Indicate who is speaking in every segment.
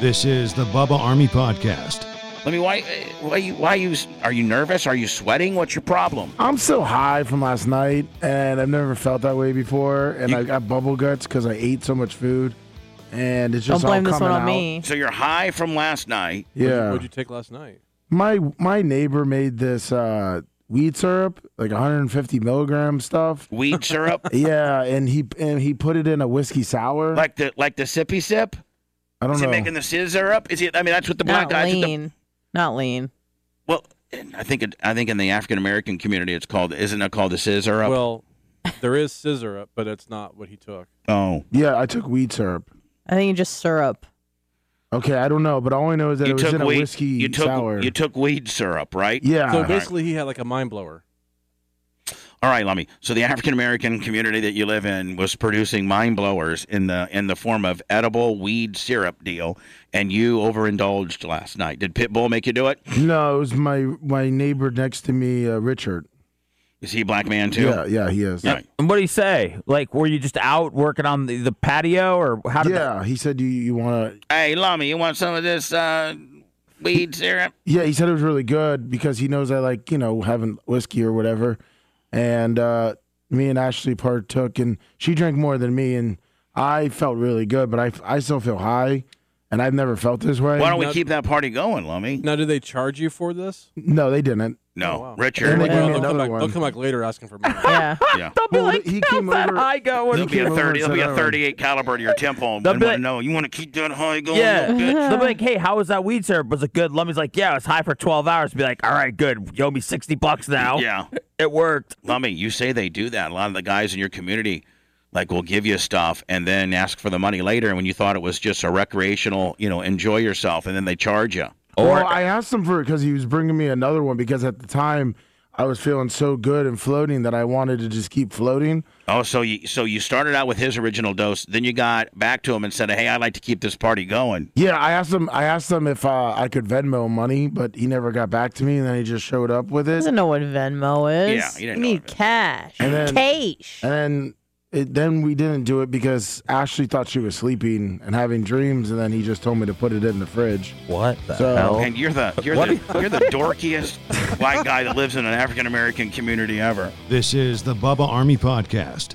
Speaker 1: This is the Bubba Army Podcast.
Speaker 2: I mean, why, why, you, why you, are you nervous? Are you sweating? What's your problem?
Speaker 3: I'm so high from last night, and I've never felt that way before. And
Speaker 2: You-
Speaker 3: I got bubble guts because I ate so much food, and it's
Speaker 4: Don't
Speaker 3: just
Speaker 4: blame
Speaker 3: all
Speaker 4: this
Speaker 3: coming
Speaker 4: one on
Speaker 3: out.
Speaker 4: me.
Speaker 2: So you're high from last night.
Speaker 3: Yeah,
Speaker 5: What'd you take last night?
Speaker 3: my my neighbor made this uh, weed syrup, like 150 milligram stuff.
Speaker 2: Weed syrup,
Speaker 3: yeah, and he and he put it in a whiskey sour.
Speaker 2: like the like the sippy sip.
Speaker 3: I don't
Speaker 2: Is
Speaker 3: know.
Speaker 2: it making the scissor up? Is it? I mean, that's what the black
Speaker 4: Not
Speaker 2: guys. with the-
Speaker 4: lean. Not lean.
Speaker 2: well, and I think it, I think in the African American community, it's called. Isn't it called the scissor up?
Speaker 5: Well, there is scissor up, but it's not what he took.
Speaker 2: oh,
Speaker 3: yeah, I took weed syrup.
Speaker 4: I think you just syrup.
Speaker 3: Okay, I don't know, but all I know is that
Speaker 2: you
Speaker 3: it was
Speaker 2: took
Speaker 3: in a
Speaker 2: weed.
Speaker 3: whiskey
Speaker 2: you took
Speaker 3: sour.
Speaker 2: you took weed syrup, right?
Speaker 3: yeah,
Speaker 5: So basically, he had like a mind blower.
Speaker 2: All right, Lummy. So the African American community that you live in was producing mind blowers in the in the form of edible weed syrup deal, and you overindulged last night. Did Pitbull make you do it?
Speaker 3: no, it was my my neighbor next to me, uh, Richard.
Speaker 2: Is he a black man too?
Speaker 3: Yeah, yeah, he is.
Speaker 2: All right.
Speaker 6: And what do you say? Like, were you just out working on the, the patio, or how did that?
Speaker 3: Yeah, he said you you want to.
Speaker 2: Hey, Lummy, you want some of this uh, weed syrup?
Speaker 3: Yeah, he said it was really good because he knows I like you know having whiskey or whatever, and uh, me and Ashley partook and she drank more than me and I felt really good, but I I still feel high, and I've never felt this way.
Speaker 2: Why don't we
Speaker 5: not-
Speaker 2: keep that party going, Lummy?
Speaker 5: Now, did they charge you for this?
Speaker 3: No, they didn't.
Speaker 2: No,
Speaker 5: Oh, wow.
Speaker 2: Richard.
Speaker 3: And they
Speaker 4: Yeah.
Speaker 3: gave me
Speaker 5: they'll, come
Speaker 3: another
Speaker 5: back,
Speaker 3: one.
Speaker 5: they'll come back later asking for money.
Speaker 4: Yeah.
Speaker 2: yeah.
Speaker 6: They'll be
Speaker 3: Well,
Speaker 6: like,
Speaker 3: he
Speaker 6: how's
Speaker 3: came
Speaker 6: that
Speaker 3: over-
Speaker 6: high
Speaker 2: There'll
Speaker 6: going?
Speaker 3: he
Speaker 2: be a
Speaker 3: came over
Speaker 2: thirty.
Speaker 3: and
Speaker 2: There'll be a
Speaker 3: said, "Oh."
Speaker 2: thirty-eight caliber to your temple. And
Speaker 6: They'll
Speaker 2: want
Speaker 6: be
Speaker 2: to
Speaker 6: like-
Speaker 2: know you want to keep that high going?
Speaker 6: Yeah.
Speaker 2: little bitch?
Speaker 6: They'll be like, hey, how was that weed syrup? Was it good? Lummy's like, yeah, it was high for 12 hours. Be like, all right, good. You owe me 60 bucks now.
Speaker 2: Yeah.
Speaker 6: It worked.
Speaker 2: Lummy, you say they do that. A lot of the guys in your community, like, will give you stuff and then ask for the money later. When you thought it was just a recreational, you know, enjoy yourself, and then they charge you.
Speaker 3: well, I asked him for it because he was bringing me another one because at the time I was feeling so good and floating that I wanted to just keep floating.
Speaker 2: Oh, so you so you started out with his original dose, then you got back to him and said, "Hey, I'd like to keep this party going."
Speaker 3: Yeah, I asked him. I asked him if uh, I could Venmo him money, but he never got back to me. And then he just showed up with it.
Speaker 4: doesn't know what Venmo is.
Speaker 2: Yeah, he didn't
Speaker 4: you
Speaker 2: know
Speaker 4: need
Speaker 2: what Venmo is.
Speaker 4: cash.
Speaker 3: And then-
Speaker 4: cash.
Speaker 3: And then, it, then we didn't do it because Ashley thought she was sleeping and having dreams, and then he just told me to put it in the fridge.
Speaker 6: What the
Speaker 3: So-
Speaker 6: hell?
Speaker 2: And you're the you're the you're the dorkiest white guy that lives in an African American community ever.
Speaker 1: This is the Bubba Army Podcast.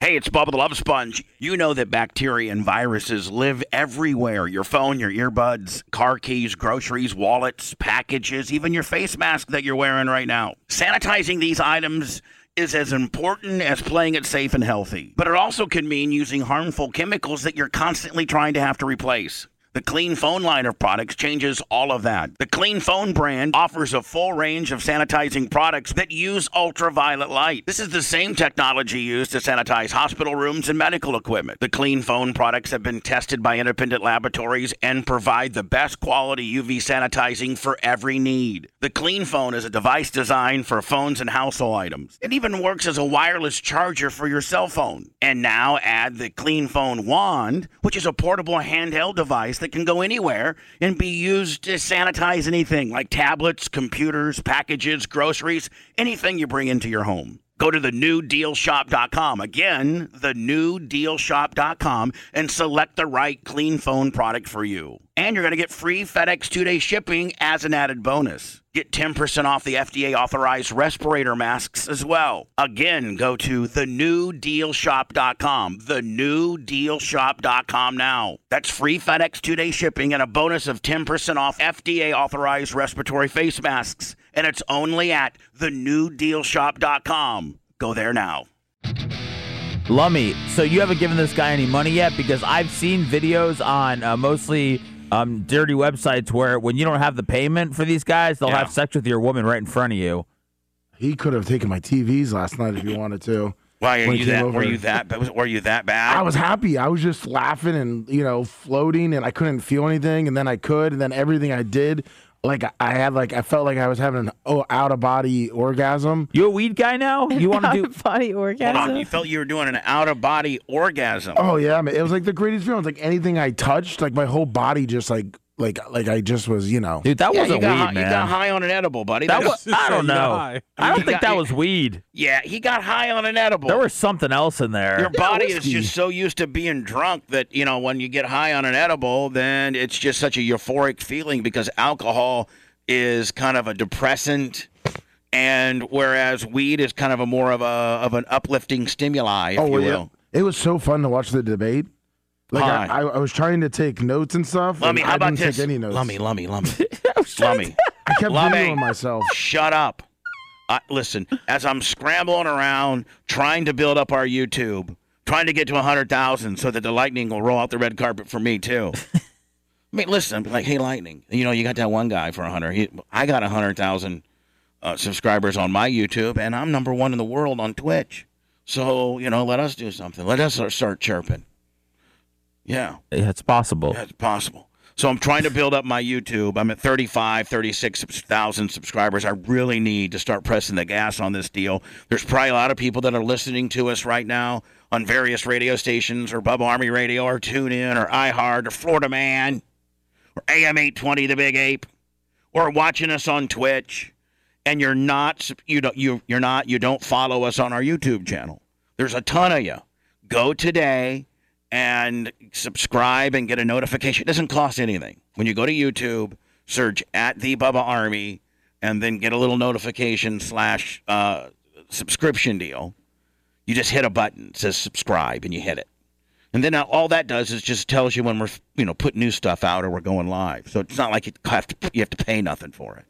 Speaker 2: Hey, it's Bubba the Love Sponge. You know that bacteria and viruses live everywhere your phone, your earbuds, car keys, groceries, wallets, packages, even your face mask that you're wearing right now. Sanitizing these items is as important as playing it safe and healthy, but it also can mean using harmful chemicals that you're constantly trying to have to replace. The Clean Phone line of products changes all of that. The Clean Phone brand offers a full range of sanitizing products that use ultraviolet light. This is the same technology used to sanitize hospital rooms and medical equipment. The Clean Phone products have been tested by independent laboratories and provide the best quality UV sanitizing for every need. The Clean Phone is a device designed for phones and household items. It even works as a wireless charger for your cell phone. And now add the Clean Phone Wand, which is a portable handheld device that can go anywhere and be used to sanitize anything like tablets, computers, packages, groceries, anything you bring into your home. Go to thenewdealshop.com. Again, thenewdealshop.com and select the right clean phone product for you. And you're going to get free FedEx two day shipping as an added bonus. Get 10% off the FDA authorized respirator masks as well. Again, go to thenewdealshop.com. Thenewdealshop.com now. That's free FedEx two day shipping and a bonus of 10% off FDA authorized respiratory face masks. And it's only at thenewdealshop.com. Go there now.
Speaker 6: Lummy, so you haven't given this guy any money yet because I've seen videos on uh, mostly um, dirty websites where when you don't have the payment for these guys, they'll
Speaker 2: Yeah.
Speaker 6: have sex with your woman right in front of you.
Speaker 3: He could have taken my TVs last night if he wanted to.
Speaker 2: Why are
Speaker 3: When
Speaker 2: you
Speaker 3: he came
Speaker 2: that? Were
Speaker 3: over.
Speaker 2: you that? ba- Were you that bad?
Speaker 3: I was happy. I was just laughing and you know floating, and I couldn't feel anything, and then I could, and then everything I did, like I- I had like I felt like I was having an oh, out of body orgasm.
Speaker 6: You a weed guy now? You want to do?
Speaker 4: body
Speaker 2: Hold on, you
Speaker 4: orgasm?
Speaker 2: felt you were doing an out of body orgasm.
Speaker 3: Oh yeah, man. it was like the greatest feeling. It was like anything I touched, like my whole body just like like like I just was you know.
Speaker 6: Dude, that
Speaker 2: Yeah,
Speaker 6: wasn't
Speaker 2: you got, hi-
Speaker 6: weed,
Speaker 2: you
Speaker 6: man.
Speaker 2: got high on an edible, buddy.
Speaker 6: that
Speaker 2: That's-
Speaker 6: was, I don't
Speaker 5: Yeah,
Speaker 6: know.
Speaker 5: high.
Speaker 6: I
Speaker 2: You
Speaker 6: don't think
Speaker 2: got-
Speaker 6: that was weed.
Speaker 2: yeah, he got high on an edible.
Speaker 6: There was something else in there.
Speaker 2: Your body is
Speaker 3: whiskey.
Speaker 2: just so used to being drunk that, you know, when you get high on an edible, then it's just such a euphoric feeling because alcohol is kind of a depressant and whereas weed is kind of a more of a of an uplifting stimuli, if
Speaker 3: oh
Speaker 2: you
Speaker 3: well,
Speaker 2: will.
Speaker 3: yeah. It was so fun to watch the debate. Like
Speaker 2: Hi.
Speaker 3: I, I, I was trying to take notes and stuff.
Speaker 2: Lummy,
Speaker 3: and
Speaker 2: how
Speaker 3: I
Speaker 2: about
Speaker 3: didn't
Speaker 2: this?
Speaker 3: Take any notes.
Speaker 2: Lummy, Lummy, Lummy. Lummy,
Speaker 3: I kept
Speaker 2: Lummy.
Speaker 3: videoing myself.
Speaker 2: Oh, shut up. I, listen, as I'm scrambling around trying to build up our YouTube, trying to get to 100,000 so that the Lightning will roll out the red carpet for me, too. I mean, listen, I'm like, hey, Lightning, you know, you got that one guy for 100. He, I got 100,000 uh, subscribers on my YouTube, and I'm number one in the world on Twitch. So, you know, let us do something. Let us start chirping. Yeah.
Speaker 6: Yeah, it's possible.
Speaker 2: That's possible. So I'm trying to build up my YouTube. I'm at 35, 36,000 subscribers. I really need to start pressing the gas on this deal. There's probably a lot of people that are listening to us right now on various radio stations or Bubba Army Radio or TuneIn or iHeart or Florida Man or AM 820 The Big Ape or watching us on Twitch and you're not sup- you don't you you're not you don't follow us on our YouTube channel. There's a ton of you. Go today and subscribe and get a notification. It doesn't cost anything. When you go to YouTube, search at the Bubba Army, and then get a little notification slash uh, subscription deal. You just hit a button that says subscribe, and you hit it. And then all that does is just tells you when we're you know putting new stuff out or we're going live. So it's not like you have to you have to pay nothing for it.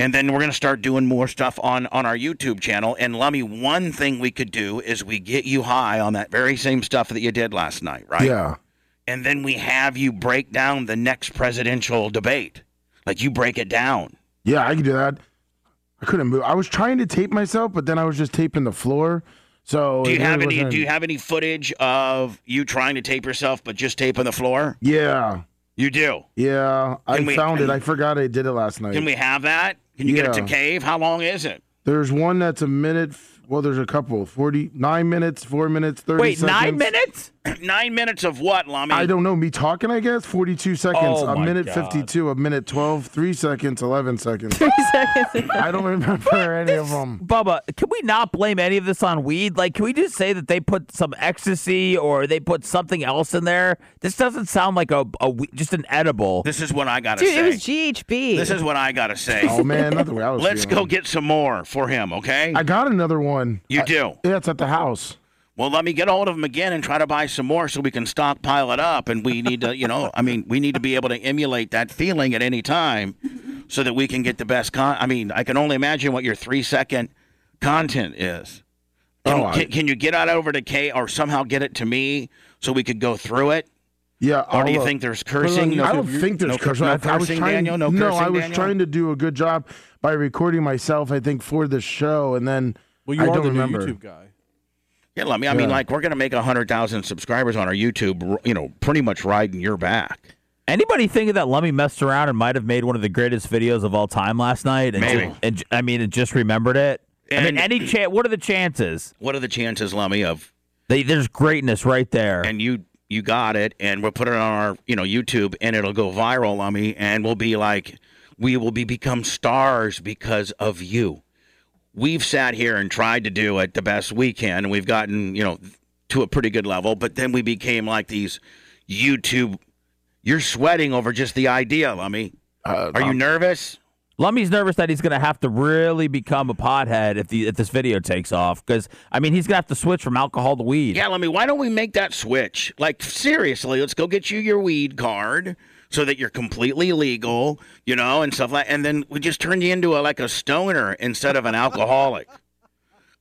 Speaker 2: And then we're going to start doing more stuff on on our YouTube channel. And Lummy, one thing we could do is we get you high on that very same stuff that you did last night, right?
Speaker 3: Yeah.
Speaker 2: And then we have you break down the next presidential debate. Like you break it down.
Speaker 3: Yeah, I could do that. I couldn't move. I was trying to tape myself, but then I was just taping the floor. So
Speaker 2: Do you
Speaker 3: it really
Speaker 2: have any
Speaker 3: wasn't-
Speaker 2: do you have any footage of you trying to tape yourself but just tape on the floor?
Speaker 3: Yeah,
Speaker 2: You do.
Speaker 3: yeah. I
Speaker 2: Can we-
Speaker 3: found it. I forgot I did it last night.
Speaker 2: Can we have that? Can you get it to
Speaker 3: Yeah.
Speaker 2: Cave? How long is it?
Speaker 3: there's one that's a minute. f- Well, there's a couple. Forty nine minutes, four minutes, thirty.
Speaker 6: Wait,
Speaker 3: seconds.
Speaker 6: nine minutes?
Speaker 2: Nine minutes of what, Lummy?
Speaker 3: I don't know. Me talking, I guess. Forty two seconds.
Speaker 6: Oh
Speaker 3: a
Speaker 6: my
Speaker 3: minute
Speaker 6: God.
Speaker 3: fifty two. A minute twelve. Three seconds. Eleven seconds.
Speaker 4: Three seconds.
Speaker 3: I don't remember any of them.
Speaker 6: Bubba, can we not blame any of this on weed? Like, can we just say that they put some ecstasy or they put something else in there? This doesn't sound like a, a we- just an edible.
Speaker 2: This is what I gotta
Speaker 4: Dude,
Speaker 2: say.
Speaker 4: it was GHB.
Speaker 2: this is what I gotta say.
Speaker 3: Oh man, not the way I was.
Speaker 2: Let's
Speaker 3: feeling.
Speaker 2: go get some more for him, okay?
Speaker 3: I got another one.
Speaker 2: you
Speaker 3: I-
Speaker 2: do.
Speaker 3: Yeah, it's at the house.
Speaker 2: Well, let me get a hold of him again and try to buy some more so we can stockpile it up. And we need to, you know, I mean, we need to be able to emulate that feeling at any time so that we can get the best con. I mean, I can only imagine what your three second content is. Can,
Speaker 3: Oh, I-
Speaker 2: can, can you get out over to K or somehow get it to me so we could go through it?
Speaker 3: Yeah.
Speaker 2: Or Oh, do you
Speaker 3: I'll-
Speaker 2: think there's
Speaker 5: Put it on
Speaker 2: cursing?
Speaker 5: YouTube.
Speaker 3: I don't
Speaker 5: You're-
Speaker 3: think there's
Speaker 2: no cur-
Speaker 3: cursing.
Speaker 2: no
Speaker 3: I, I was
Speaker 2: cursing,
Speaker 3: trying,
Speaker 2: Daniel? No
Speaker 3: I
Speaker 2: cursing,
Speaker 3: was
Speaker 2: Daniel?
Speaker 3: trying to do a good job by recording myself. I think for the show, and then
Speaker 5: Well, you
Speaker 3: I
Speaker 5: are
Speaker 3: don't
Speaker 5: the
Speaker 3: remember.
Speaker 5: new YouTube guy.
Speaker 2: Yeah, let me. I mean,
Speaker 3: Yeah.
Speaker 2: like, we're going to make 100,000 subscribers on our YouTube, r- you know, pretty much riding your back.
Speaker 6: Anybody thinking that Lummy messed around and might have made one of the greatest videos of all time last night? And
Speaker 2: Maybe.
Speaker 6: ju- and ju- I mean, and just remembered it. I
Speaker 2: And-
Speaker 6: mean, any chance? What are the chances?
Speaker 2: What are the chances, Lummy, of
Speaker 6: They, there's greatness right there.
Speaker 2: and you you got it and we'll put it on our you know youtube and it'll go viral on me and we'll be like we will be become stars because of you we've sat here and tried to do it the best we can and we've gotten you know to a pretty good level but then we became like these youtube you're sweating over just the idea lummy
Speaker 3: Uh,
Speaker 2: are you nervous
Speaker 6: Lummy's nervous that he's going to have to really become a pothead if the if this video takes off. Because I mean, he's going to have to switch from alcohol to weed.
Speaker 2: Yeah, let me. Why don't we make that switch? Like seriously, let's go get you your weed card so that you're completely legal, you know, and stuff like. And then we just turn you into a like a stoner instead of an alcoholic.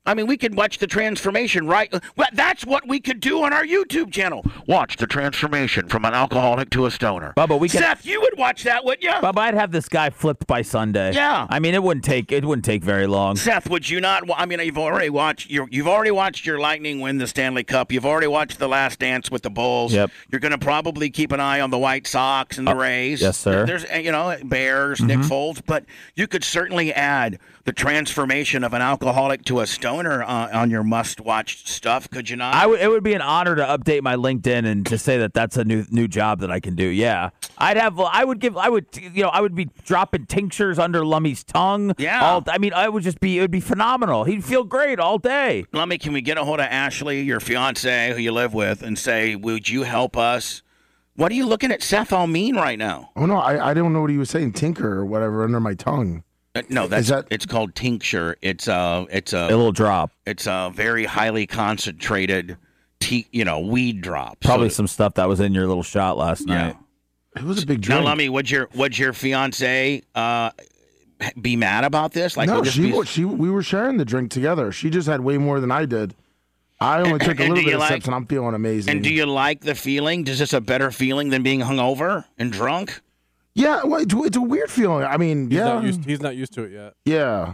Speaker 2: I mean, we could watch the transformation, right? Well, that's what we could do on our YouTube channel. Watch the transformation from an alcoholic to a stoner.
Speaker 6: Bubba, we can-
Speaker 2: Seth, you would watch that, wouldn't you?
Speaker 6: Bob, I'd have this guy flipped by Sunday.
Speaker 2: Yeah.
Speaker 6: I mean, it wouldn't take it wouldn't take very long.
Speaker 2: Seth, would you not? wa- I mean, you've already watched. You're, you've already watched your Lightning win the Stanley Cup. You've already watched the Last Dance with the Bulls.
Speaker 6: Yep. Uh,
Speaker 2: You're going to probably keep an eye on the White Sox and the Rays.
Speaker 6: yes, sir. Mm-hmm.
Speaker 2: There's uh, you know Bears, Nick Foles, but you could certainly add the transformation of an alcoholic to a stoner uh, on your must-watch stuff. Could you not?
Speaker 6: I would. It would be an honor to update my LinkedIn and to say that that's a new new job that I can do. Yeah, I'd have. I would give. I would. You know, I would be dropping tinctures under Lummy's tongue.
Speaker 2: Yeah.
Speaker 6: All. I mean, I would just be. It would be phenomenal. He'd feel great all day.
Speaker 2: Let me. Can we get a hold of Ashley, your fiance, who you live with, and say, would you help us? What are you looking at Seth all mean right now?
Speaker 3: Oh no, I, I don't know what he was saying, tinker or whatever under my tongue.
Speaker 2: Uh, No, that's
Speaker 3: that-
Speaker 2: it's called tincture. It's uh it's a
Speaker 6: A little drop.
Speaker 2: it's a very highly concentrated tea, you know, weed drop. So-
Speaker 6: Probably some stuff that was in your little shot last
Speaker 2: Yeah.
Speaker 6: night.
Speaker 3: It was a big
Speaker 2: Now,
Speaker 3: drink.
Speaker 2: Lummy, would your would your fiance uh be mad about this? Like,
Speaker 3: no,
Speaker 2: would this
Speaker 3: she
Speaker 2: be-
Speaker 3: wa- she we were sharing the drink together. She just had way more than I did. I only took a
Speaker 2: And do
Speaker 3: little
Speaker 2: you
Speaker 3: bit of
Speaker 2: like-
Speaker 3: sips, and I'm feeling amazing.
Speaker 2: and do you like the feeling? Is this a better feeling than being hungover and drunk?
Speaker 3: Yeah, well, it's, it's a weird feeling. I mean,
Speaker 5: He's,
Speaker 3: yeah,
Speaker 5: not used, he's not used to it yet.
Speaker 3: yeah.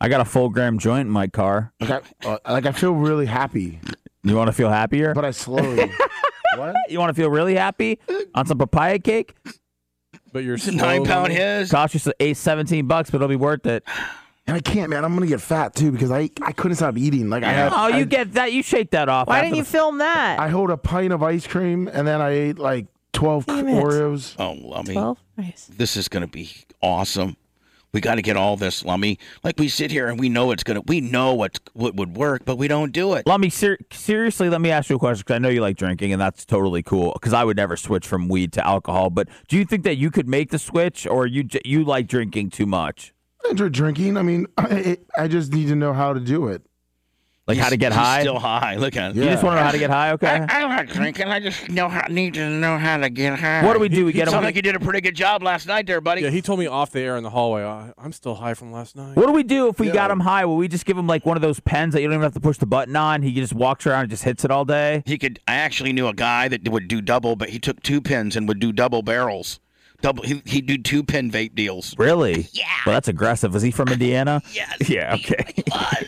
Speaker 6: I got a full gram joint in my car.
Speaker 3: Like I, uh, like I feel really happy,
Speaker 6: You want to feel happier?
Speaker 3: but I slowly. what?
Speaker 6: you want to feel really happy on some papaya cake?
Speaker 5: But you're
Speaker 2: It's a nine pound his.
Speaker 6: Cost you eight, 17 bucks, but it'll be worth it.
Speaker 3: And I can't, man. I'm gonna get fat too because I I couldn't stop eating. Like I had,
Speaker 6: Oh,
Speaker 3: I,
Speaker 6: you get that? You shake that off.
Speaker 4: Why
Speaker 6: after
Speaker 4: didn't you
Speaker 6: the-
Speaker 4: film that?
Speaker 3: I hold a pint of ice cream, and then I ate like twelve
Speaker 4: Damn it.
Speaker 3: Oreos.
Speaker 2: Oh, Lummy,
Speaker 4: Twelve. Nice.
Speaker 2: this is gonna be awesome. We got to get all this, Lummy. Like we sit here and we know it's gonna, we know what's, what would work, but we don't do it.
Speaker 6: Let me ser- seriously. Let me ask you a question because I know you like drinking, and that's totally cool. Because I would never switch from weed to alcohol. But do you think that you could make the switch, or you j- you like drinking too much,
Speaker 3: I enjoy drinking. I mean, I, it, I just need to know how to do it.
Speaker 6: like how
Speaker 2: He's-
Speaker 6: to get
Speaker 2: he's
Speaker 6: high?
Speaker 2: Still high. Look at him.
Speaker 6: You just want to know how to get high, okay?
Speaker 2: I, I like drinking. I just know how, need to know how to get high.
Speaker 6: What do we do? We get
Speaker 2: Sounds
Speaker 6: him.
Speaker 2: like you did a pretty good job last night, there, buddy.
Speaker 5: Yeah, he told me off the air in the hallway. I, I'm still high from last night.
Speaker 6: What do we do if we got him high? Will we just give him like one of those pens that you don't even have to push the button on? He just walks around and just hits it all day.
Speaker 2: He could. I actually knew a guy that would do double, but he took two pins and would do double barrels. Double. He, he'd do two pin vape deals.
Speaker 6: Really? Yeah. Well, that's aggressive. Is he from Indiana?
Speaker 2: Yes.
Speaker 6: Yeah. Okay.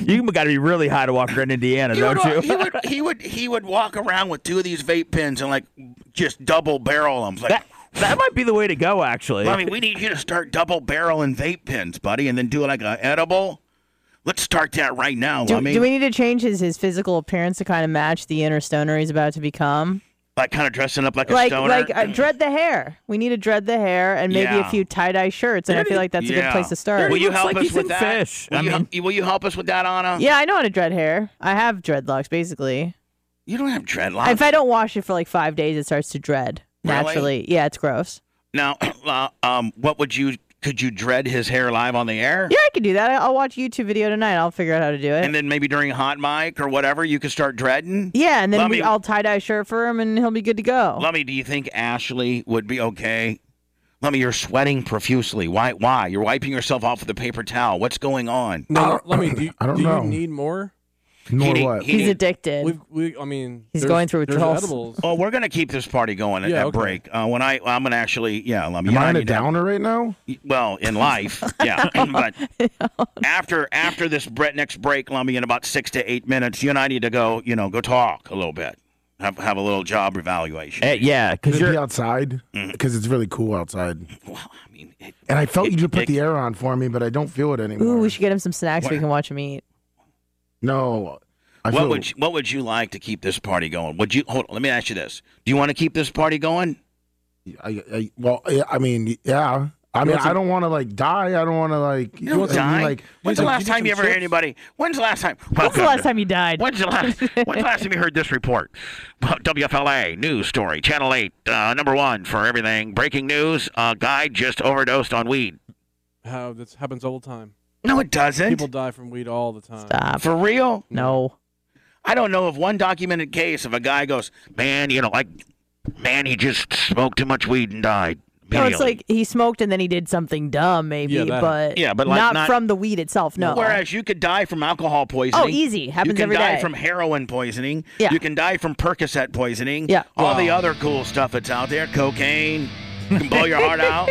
Speaker 6: you got to be really high to walk around Indiana,
Speaker 2: He would,
Speaker 6: don't
Speaker 2: wa-
Speaker 6: you?
Speaker 2: he would. He would. He would walk around with two of these vape pins and like just double barrel them. Like,
Speaker 6: that that might be the way to go, actually.
Speaker 2: Mommy, we need you to start double barreling vape pins, buddy, and then do like a edible. Let's start that right now,
Speaker 4: Do,
Speaker 2: Lummy.
Speaker 4: do we need to change his, his physical appearance to kind of match the inner stoner he's about to become?
Speaker 2: like kind of dressing up like, a
Speaker 4: Like
Speaker 2: stoner. Mm.
Speaker 4: like uh, dread the hair. We need to dread the hair and maybe
Speaker 2: Yeah.
Speaker 4: a few tie dye shirts, and I feel like that's a good place to start.
Speaker 2: Will you
Speaker 6: looks
Speaker 2: help
Speaker 6: like
Speaker 2: us
Speaker 6: he's
Speaker 2: with
Speaker 6: in
Speaker 2: that?
Speaker 6: Fish.
Speaker 2: Will,
Speaker 6: I
Speaker 2: you
Speaker 6: mean-
Speaker 2: hel- will you help us with that, Anna?
Speaker 4: yeah, I know how to dread hair. I have dreadlocks basically.
Speaker 2: You don't have dreadlocks.
Speaker 4: If I don't wash it for like five days, it starts to dread
Speaker 2: Um, Really?
Speaker 4: naturally. Yeah, it's gross.
Speaker 2: now, uh, um, what would you? Could you dread his hair live on the air?
Speaker 4: Yeah, I could do that. I- I'll watch a YouTube video tonight. I'll figure out how to do it.
Speaker 2: And then maybe during hot mic or whatever, you could start dreading.
Speaker 4: yeah, and then
Speaker 2: Lummi-
Speaker 4: we, I'll tie dye shirt for him, and he'll be good to go.
Speaker 2: Lummy, do you think Ashley would be okay? Lummy, you're sweating profusely. Why? Why? You're wiping yourself off with a paper towel. What's going on?
Speaker 5: No,
Speaker 3: I
Speaker 5: no,
Speaker 3: don't-
Speaker 5: let me. Do, you-
Speaker 3: I don't
Speaker 5: do
Speaker 3: know.
Speaker 5: you need more?
Speaker 3: Nor
Speaker 2: need-
Speaker 3: what?
Speaker 2: he
Speaker 4: He's
Speaker 2: need-
Speaker 4: addicted.
Speaker 5: We've, we, I mean,
Speaker 4: He's
Speaker 5: there's-
Speaker 4: going through
Speaker 5: there's
Speaker 4: withdrawals.
Speaker 5: edibles.
Speaker 2: Well, we're gonna keep this party going at,
Speaker 5: Yeah,
Speaker 2: at
Speaker 5: okay.
Speaker 2: break. Uh, when I, I'm gonna actually, yeah, Lummy.
Speaker 3: Am
Speaker 2: you
Speaker 3: I in
Speaker 2: and
Speaker 3: a downer right now?
Speaker 2: well in life yeah but after after this bre- next break lummy in about six to eight minutes you and i need to go you know go talk a little bit have, have a little job evaluation
Speaker 6: Eh, yeah, because
Speaker 3: Could it be
Speaker 6: you're.
Speaker 3: outside?
Speaker 2: Mm-hmm.
Speaker 3: Because it's really cool outside.
Speaker 2: well i mean it,
Speaker 3: And I felt
Speaker 2: It-
Speaker 3: you to put
Speaker 2: it-
Speaker 3: the air on for me, but I don't feel it anymore.
Speaker 4: Ooh, we should get him some snacks so
Speaker 2: What?
Speaker 4: we can watch him eat.
Speaker 3: No, I
Speaker 2: what
Speaker 3: feel
Speaker 2: would you, what would you like to keep this party going would you hold on, let me ask you this do you want to keep this party going
Speaker 3: I, I, well, yeah, I mean, yeah. I mean,
Speaker 5: want some-
Speaker 3: I don't want to like die. I don't want to like. You know what I mean?
Speaker 2: Di?
Speaker 3: Like,
Speaker 2: when's the
Speaker 5: some-
Speaker 2: last
Speaker 5: you need
Speaker 2: time you
Speaker 5: some
Speaker 2: ever heard
Speaker 5: chips?
Speaker 2: anybody when's the last time
Speaker 4: When's the
Speaker 2: Welcome
Speaker 4: last
Speaker 2: to-
Speaker 4: time you died?
Speaker 2: When's the last? when's the last time you heard this report? Well, WFLA news story, Channel Eight, uh, number one for everything. Breaking news: A guy just overdosed on weed.
Speaker 5: How this happens all the time.
Speaker 2: No, it doesn't.
Speaker 5: People die from weed all the time.
Speaker 4: Stop.
Speaker 2: for real?
Speaker 4: No.
Speaker 2: I don't know of one documented case of a guy goes, man, you know, like, man, he just smoked too much weed and died.
Speaker 4: No,
Speaker 2: Really?
Speaker 4: it's like he smoked and then he did something dumb, maybe,
Speaker 5: Yeah, that-
Speaker 4: but
Speaker 2: Yeah, but, like,
Speaker 4: not,
Speaker 2: not-
Speaker 4: from the weed itself. No.
Speaker 2: Whereas you could die from alcohol poisoning.
Speaker 4: Oh, easy. Happens
Speaker 2: You can
Speaker 4: every
Speaker 2: die
Speaker 4: day.
Speaker 2: from heroin poisoning.
Speaker 4: Yeah.
Speaker 2: You can die from Percocet poisoning.
Speaker 4: Yeah.
Speaker 2: All the other cool stuff that's out there, cocaine, you can blow your heart out.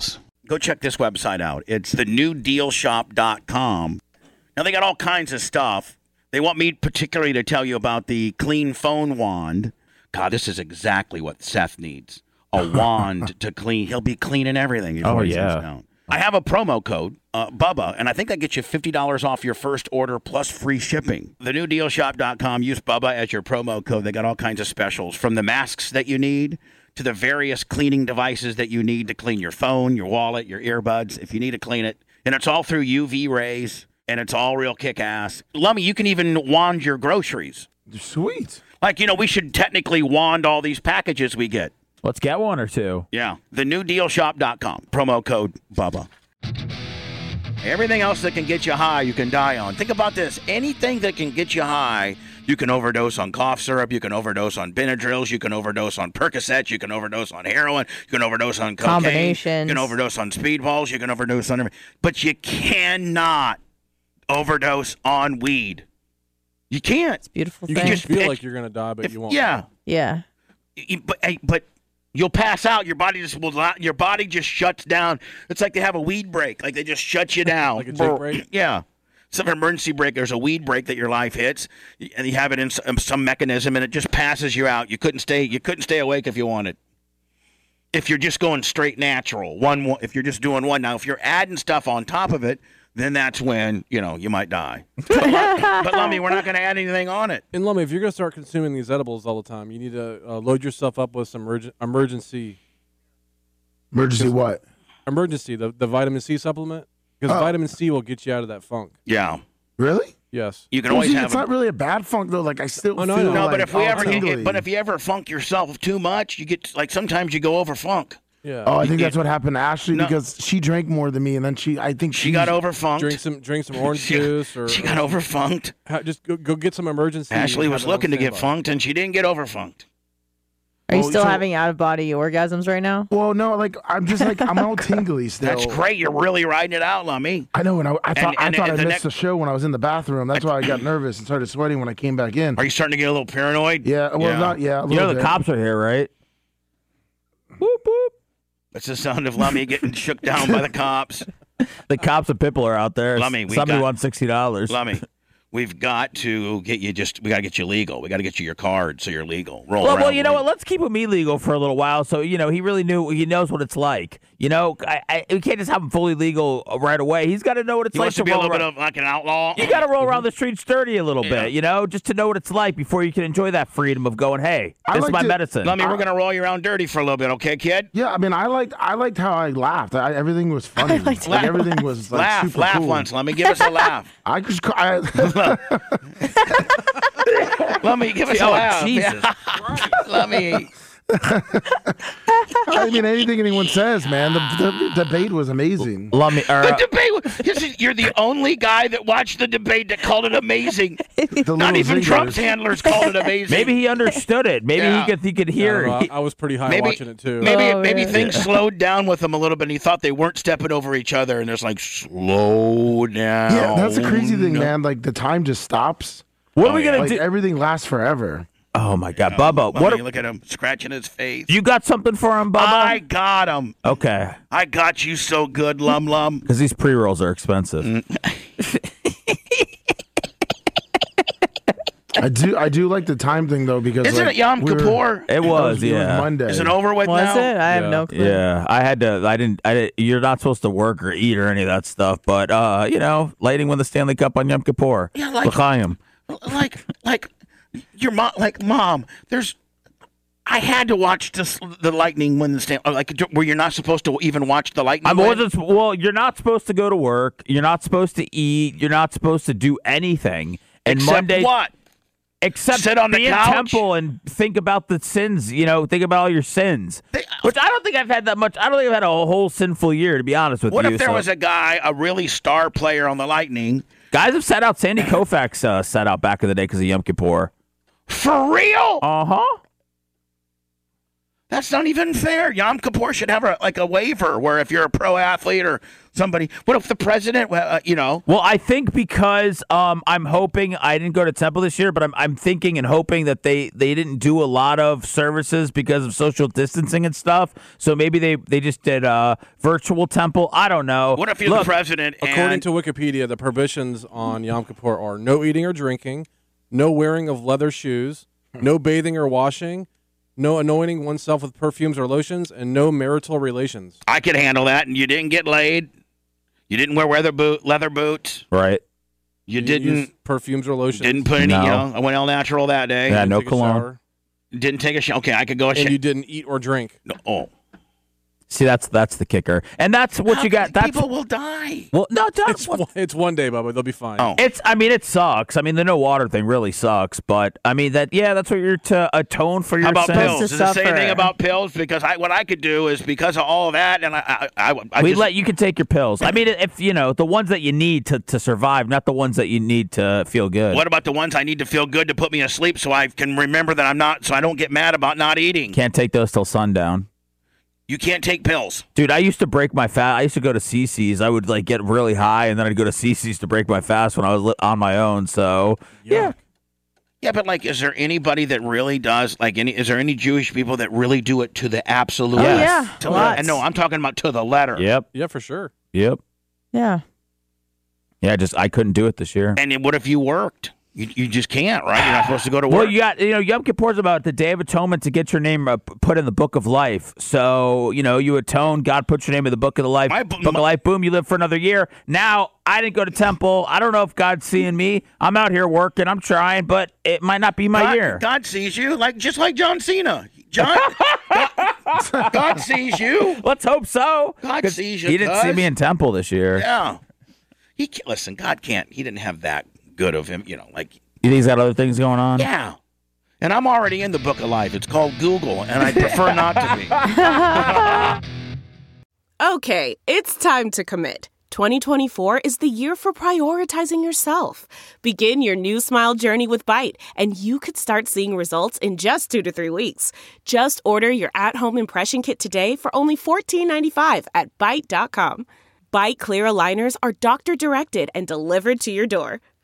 Speaker 2: Go check this website out. It's thenewdealshop.com. Now they got all kinds of stuff. They want me particularly to tell you about the clean phone wand. God, this is exactly what Seth needs. A wand to clean. He'll be cleaning everything. before he sits
Speaker 6: yeah.
Speaker 2: down. I have a promo code, uh, Bubba, and I think that gets you $50 off your first order plus free shipping. Thenewdealshop.com. Use Bubba as your promo code. They got all kinds of specials from the masks that you need to the various cleaning devices that you need to clean your phone, your wallet, your earbuds, if you need to clean it. And it's all through UV rays and it's all real kick ass. Lummy, you can even wand your groceries.
Speaker 3: Sweet.
Speaker 2: Like, you know, we should technically wand all these packages we get.
Speaker 6: Let's get one or two.
Speaker 2: Yeah. Thenewdealshop.com. Promo code Bubba. Everything else that can get you high, you can die on. Think about this. Anything that can get you high, you can overdose on cough syrup, you can overdose on Benadryls, you can overdose on Percocet, you can overdose on heroin, you can overdose on cocaine,
Speaker 4: Combinations.
Speaker 2: you can overdose on speedballs, you can overdose on everything. But you cannot overdose on weed. You can't.
Speaker 4: Beautiful
Speaker 5: You
Speaker 4: thing.
Speaker 5: can
Speaker 2: just
Speaker 5: feel
Speaker 2: pick-
Speaker 5: like you're gonna die, but
Speaker 2: If-
Speaker 5: you won't.
Speaker 2: yeah.
Speaker 4: yeah.
Speaker 2: You- but hey, but you'll pass out. Your body just will not. Your body just shuts down. It's like they have a weed break. Like they just shut you down.
Speaker 5: Like a jig break?
Speaker 2: Yeah. Some emergency break. There's a weed break that your life hits, and you have it in s- um, some mechanism, and it just passes you out. You couldn't stay. You couldn't stay awake if you wanted. If you're just going straight natural, one. one- If you're just doing one now, if you're adding stuff on top of it, then that's when you know you might die. but, but Lummy, we're not going to add anything on it.
Speaker 5: And Lummy, if you're gonna start consuming these edibles all the time, you need to uh, load yourself up with some emerg- emergency,
Speaker 3: Emergency what?
Speaker 5: emergency, the, the vitamin C supplement,
Speaker 2: Oh.
Speaker 5: because vitamin C will get you out of that funk.
Speaker 2: Yeah,
Speaker 3: Really?
Speaker 5: Yes.
Speaker 2: you can always
Speaker 3: See,
Speaker 2: have.
Speaker 3: it's
Speaker 2: a-
Speaker 3: not really a bad funk though. Like I still
Speaker 5: Oh, no,
Speaker 3: feel
Speaker 5: no.
Speaker 2: No,
Speaker 3: like
Speaker 2: but if we
Speaker 3: all
Speaker 2: ever,
Speaker 3: tingly.
Speaker 2: but if you ever funk yourself too much, you get like sometimes you go over funk.
Speaker 5: Yeah.
Speaker 3: oh, I think that's what happened to Ashley
Speaker 2: No.
Speaker 3: because she drank more than me, and then she I think
Speaker 2: She got
Speaker 3: she's-
Speaker 2: over funked.
Speaker 5: drink some drink some orange
Speaker 2: She-
Speaker 5: juice or,
Speaker 2: She
Speaker 5: or
Speaker 2: got over funked.
Speaker 5: ha- just go, go get some emergency. and
Speaker 2: Ashley
Speaker 5: have
Speaker 2: was
Speaker 5: it on
Speaker 2: looking to get
Speaker 5: standby.
Speaker 2: funked, and she didn't get over funked.
Speaker 4: Are you
Speaker 5: Oh,
Speaker 3: Well,
Speaker 4: still
Speaker 3: so-
Speaker 4: having out of body orgasms right now?
Speaker 3: Well, no, like I'm just like I'm all tingly still.
Speaker 2: That's great. You're really riding it out, Lummy.
Speaker 3: I know, and I, I thought
Speaker 2: and-
Speaker 3: I thought
Speaker 2: and
Speaker 3: I
Speaker 2: the
Speaker 3: missed
Speaker 2: next-
Speaker 3: the show when I was in the bathroom. That's why I got nervous and started sweating when I came back in.
Speaker 2: Are you starting to get a little paranoid?
Speaker 3: yeah, well,
Speaker 2: Yeah.
Speaker 3: not yeah. A
Speaker 6: You
Speaker 3: little
Speaker 6: know the
Speaker 3: bit.
Speaker 6: cops are here, right? Whoop whoop.
Speaker 2: That's the sound of Lummy getting shook down by the cops.
Speaker 6: The cops and people are out there.
Speaker 2: Lummy, we
Speaker 6: Somebody
Speaker 2: got-
Speaker 6: wants sixty dollars.
Speaker 2: Lummy, we've got to get you just. We got to get you legal. We got to get you your card so you're legal. Roll
Speaker 6: Well,
Speaker 2: around
Speaker 6: well, you know
Speaker 2: legal.
Speaker 6: what? Let's keep him illegal for a little while, so you know he really knew he knows what it's like. You know, I, I we can't just have him fully legal uh, right away. He's got to know what it's
Speaker 2: He
Speaker 6: like
Speaker 2: wants to be a
Speaker 6: roll
Speaker 2: little
Speaker 6: around.
Speaker 2: bit of like an outlaw.
Speaker 6: you got to roll around the streets dirty a little
Speaker 2: Yeah.
Speaker 6: bit, you know, just to know what it's like before you can enjoy that freedom of going. Hey,
Speaker 3: I
Speaker 6: this is
Speaker 3: like
Speaker 6: my
Speaker 3: to-
Speaker 6: medicine.
Speaker 2: Lummy, we're gonna roll you around dirty for a little bit, okay, kid?
Speaker 3: Yeah, I mean, I liked I liked how I laughed. I, everything was funny.
Speaker 4: liked
Speaker 3: like
Speaker 4: how I
Speaker 3: everything was like,
Speaker 2: laugh,
Speaker 3: super
Speaker 2: laugh
Speaker 3: cool.
Speaker 2: once, Lummy. Give us a laugh.
Speaker 3: I just ca- I,
Speaker 2: Lummy, give us a
Speaker 6: oh
Speaker 2: laugh.
Speaker 6: Jesus!
Speaker 2: Lummy.
Speaker 3: I mean, anything anyone says, man. The, the debate was amazing.
Speaker 6: Let me.
Speaker 2: The
Speaker 6: er,
Speaker 2: debate. was- This is, you're the only guy that watched the debate that called it amazing.
Speaker 3: The
Speaker 2: Not
Speaker 3: little
Speaker 2: even
Speaker 3: zingers.
Speaker 2: Trump's handlers called it amazing.
Speaker 6: maybe he understood it. Maybe
Speaker 2: Yeah.
Speaker 6: he could. He could
Speaker 5: I, don't
Speaker 6: hear.
Speaker 5: know, I-
Speaker 6: He-
Speaker 5: I was pretty high
Speaker 2: Maybe-
Speaker 5: watching it too.
Speaker 2: Maybe
Speaker 4: Oh,
Speaker 2: maybe
Speaker 4: yeah.
Speaker 2: things slowed down with him a little bit. and He thought they weren't stepping over each other, and there's like slow down.
Speaker 3: Yeah, that's the crazy thing, man. Like the time just stops.
Speaker 6: what
Speaker 2: oh,
Speaker 6: are we gonna
Speaker 3: Like
Speaker 6: do?
Speaker 3: everything lasts forever.
Speaker 6: Oh my God, Bubba!
Speaker 2: What
Speaker 6: What?
Speaker 2: you
Speaker 6: are-
Speaker 2: look at him scratching his face.
Speaker 6: You got something for him,
Speaker 2: I
Speaker 6: Bubba?
Speaker 2: got him.
Speaker 6: Okay,
Speaker 2: I got you so good, Lum Lum.
Speaker 6: because these pre rolls are expensive.
Speaker 2: Mm,
Speaker 3: I do. I do like the time thing though because
Speaker 2: Isn't
Speaker 3: like,
Speaker 2: it Yom
Speaker 3: we're-
Speaker 2: Kippur?
Speaker 6: It
Speaker 3: that
Speaker 6: was,
Speaker 3: it
Speaker 6: yeah.
Speaker 3: Monday.
Speaker 2: Is it over with
Speaker 4: Was
Speaker 2: now?
Speaker 4: it? I have
Speaker 5: Yeah.
Speaker 4: no clue.
Speaker 6: Yeah, I had to. I didn't. I didn't, you're not supposed to work or eat or any of that stuff. But uh, you know, lighting won the Stanley Cup on Yom Kippur.
Speaker 2: Yeah, like-
Speaker 6: L'chaim.
Speaker 2: like like your mom like mom there's i had to watch this, the lightning win the stand like where you're not supposed to even watch the lightning
Speaker 6: I
Speaker 2: win?
Speaker 6: wasn't. Well, you're not supposed to go to work. You're not supposed to eat. You're not supposed to do anything. And
Speaker 2: Except
Speaker 6: Monday,
Speaker 2: what
Speaker 6: except
Speaker 2: Sit on the
Speaker 6: be in
Speaker 2: couch?
Speaker 6: temple and think about the sins. You know, think about all your sins.
Speaker 2: They- uh,
Speaker 6: which I don't think I've had that much. I don't think I've had a whole sinful year, to be honest with
Speaker 2: what
Speaker 6: you.
Speaker 2: if there
Speaker 6: so-
Speaker 2: was a guy a really star player on the lightning
Speaker 6: guys have sat out? Sandy Koufax uh, sat out back in the day because of Yom Kippur.
Speaker 2: for real
Speaker 6: Uh huh.
Speaker 2: that's not even fair yom kippur should have a, like a waiver where if you're a pro athlete or somebody what if the president well, uh, you know
Speaker 6: Well, I think because um, I'm hoping I didn't go to temple this year, but I'm, I'm thinking and hoping that they, they didn't do a lot of services because of social distancing and stuff. So maybe they, they just did a virtual temple. I don't know.
Speaker 2: what if you're
Speaker 6: Look,
Speaker 2: the president and
Speaker 5: According to Wikipedia, the prohibitions on Yom Kippur are no eating or drinking, no wearing of leather shoes,
Speaker 2: Hmm.
Speaker 5: no bathing or washing, no anointing oneself with perfumes or lotions, and no marital relations.
Speaker 2: i could handle that and you didn't get laid you didn't wear leather boot leather boots
Speaker 6: right?
Speaker 2: you
Speaker 5: Didn't
Speaker 2: didn't
Speaker 5: use perfumes or lotions.
Speaker 2: Didn't put any.
Speaker 6: No.
Speaker 2: You know, I went all natural that day.
Speaker 6: Yeah, no
Speaker 5: take a
Speaker 6: cologne.
Speaker 5: shower,
Speaker 2: Didn't take a shower. Okay, I could go a
Speaker 5: and
Speaker 2: shower.
Speaker 5: you didn't eat or drink.
Speaker 2: oh,
Speaker 6: See, that's that's the kicker, and that's what you got. That's
Speaker 2: people will die.
Speaker 6: well, no, that's
Speaker 5: It's
Speaker 6: what
Speaker 5: one, it's one day, Bubba. They'll be fine.
Speaker 2: Oh.
Speaker 6: It's. I mean, it sucks. I mean, the no water thing really sucks. But I mean, that yeah, that's what you're to atone for your
Speaker 2: How about
Speaker 6: sins.
Speaker 2: pills?
Speaker 4: to
Speaker 2: Does it say anything
Speaker 4: suffer.
Speaker 2: about pills? Because I, what I could do is because of all that, and I, I, I, I
Speaker 6: we
Speaker 2: just,
Speaker 6: let you can take your pills. I mean, if you know the ones that you need to, to survive, not the ones that you need to feel good.
Speaker 2: What about the ones I need to feel good to put me asleep so I can remember that I'm not, so I don't get mad about not eating?
Speaker 6: Can't take those till sundown,
Speaker 2: You can't take pills.
Speaker 6: dude. I used to break my fast. I used to go to CC's. I would like get really high, and then I'd go to CC's to break my fast when I was li- on my own. So yeah,
Speaker 2: Yeah, but like, is there anybody that really does like any? Is there any Jewish people that really do it to the absolute?
Speaker 4: Oh,
Speaker 6: Yes.
Speaker 4: yeah.
Speaker 2: To the-
Speaker 4: Lots.
Speaker 2: and no, I'm talking about to the letter.
Speaker 6: yep,
Speaker 5: Yeah, for sure.
Speaker 6: yep,
Speaker 4: Yeah.
Speaker 6: yeah. Just I couldn't do it this year.
Speaker 2: And then what if you worked? You, you just can't, right? You're not supposed to go to work.
Speaker 6: Well, you got you know Yom Kippur's about the Day of Atonement to get your name uh, p- put in the Book of Life. So you know you atone, God puts your name in the Book of the Life.
Speaker 2: My b-
Speaker 6: book of Life, boom, you live for another year. Now I didn't go to temple. I don't know if God's seeing me. I'm out here working. I'm trying, but it might not be my
Speaker 2: God,
Speaker 6: year.
Speaker 2: God sees you, like just like John Cena. John, God, God sees you.
Speaker 6: Let's hope so.
Speaker 2: God
Speaker 6: 'Cause
Speaker 2: sees you,
Speaker 6: He didn't see
Speaker 2: cuz.
Speaker 6: me in temple this year.
Speaker 2: Yeah, he can't, listen. God can't. He didn't have that good of him, you know. Like
Speaker 6: He's got other things going on.
Speaker 2: yeah, and I'm already in the book of life. It's called Google, and I prefer not to be.
Speaker 7: Okay, it's time to commit. 2024 is the year for prioritizing yourself. Begin your new smile journey with Bite, and you could start seeing results in just two to three weeks. Just order your at home impression kit today for only $14.95 at Bite.com. Bite Clear Aligners are doctor directed and delivered to your door.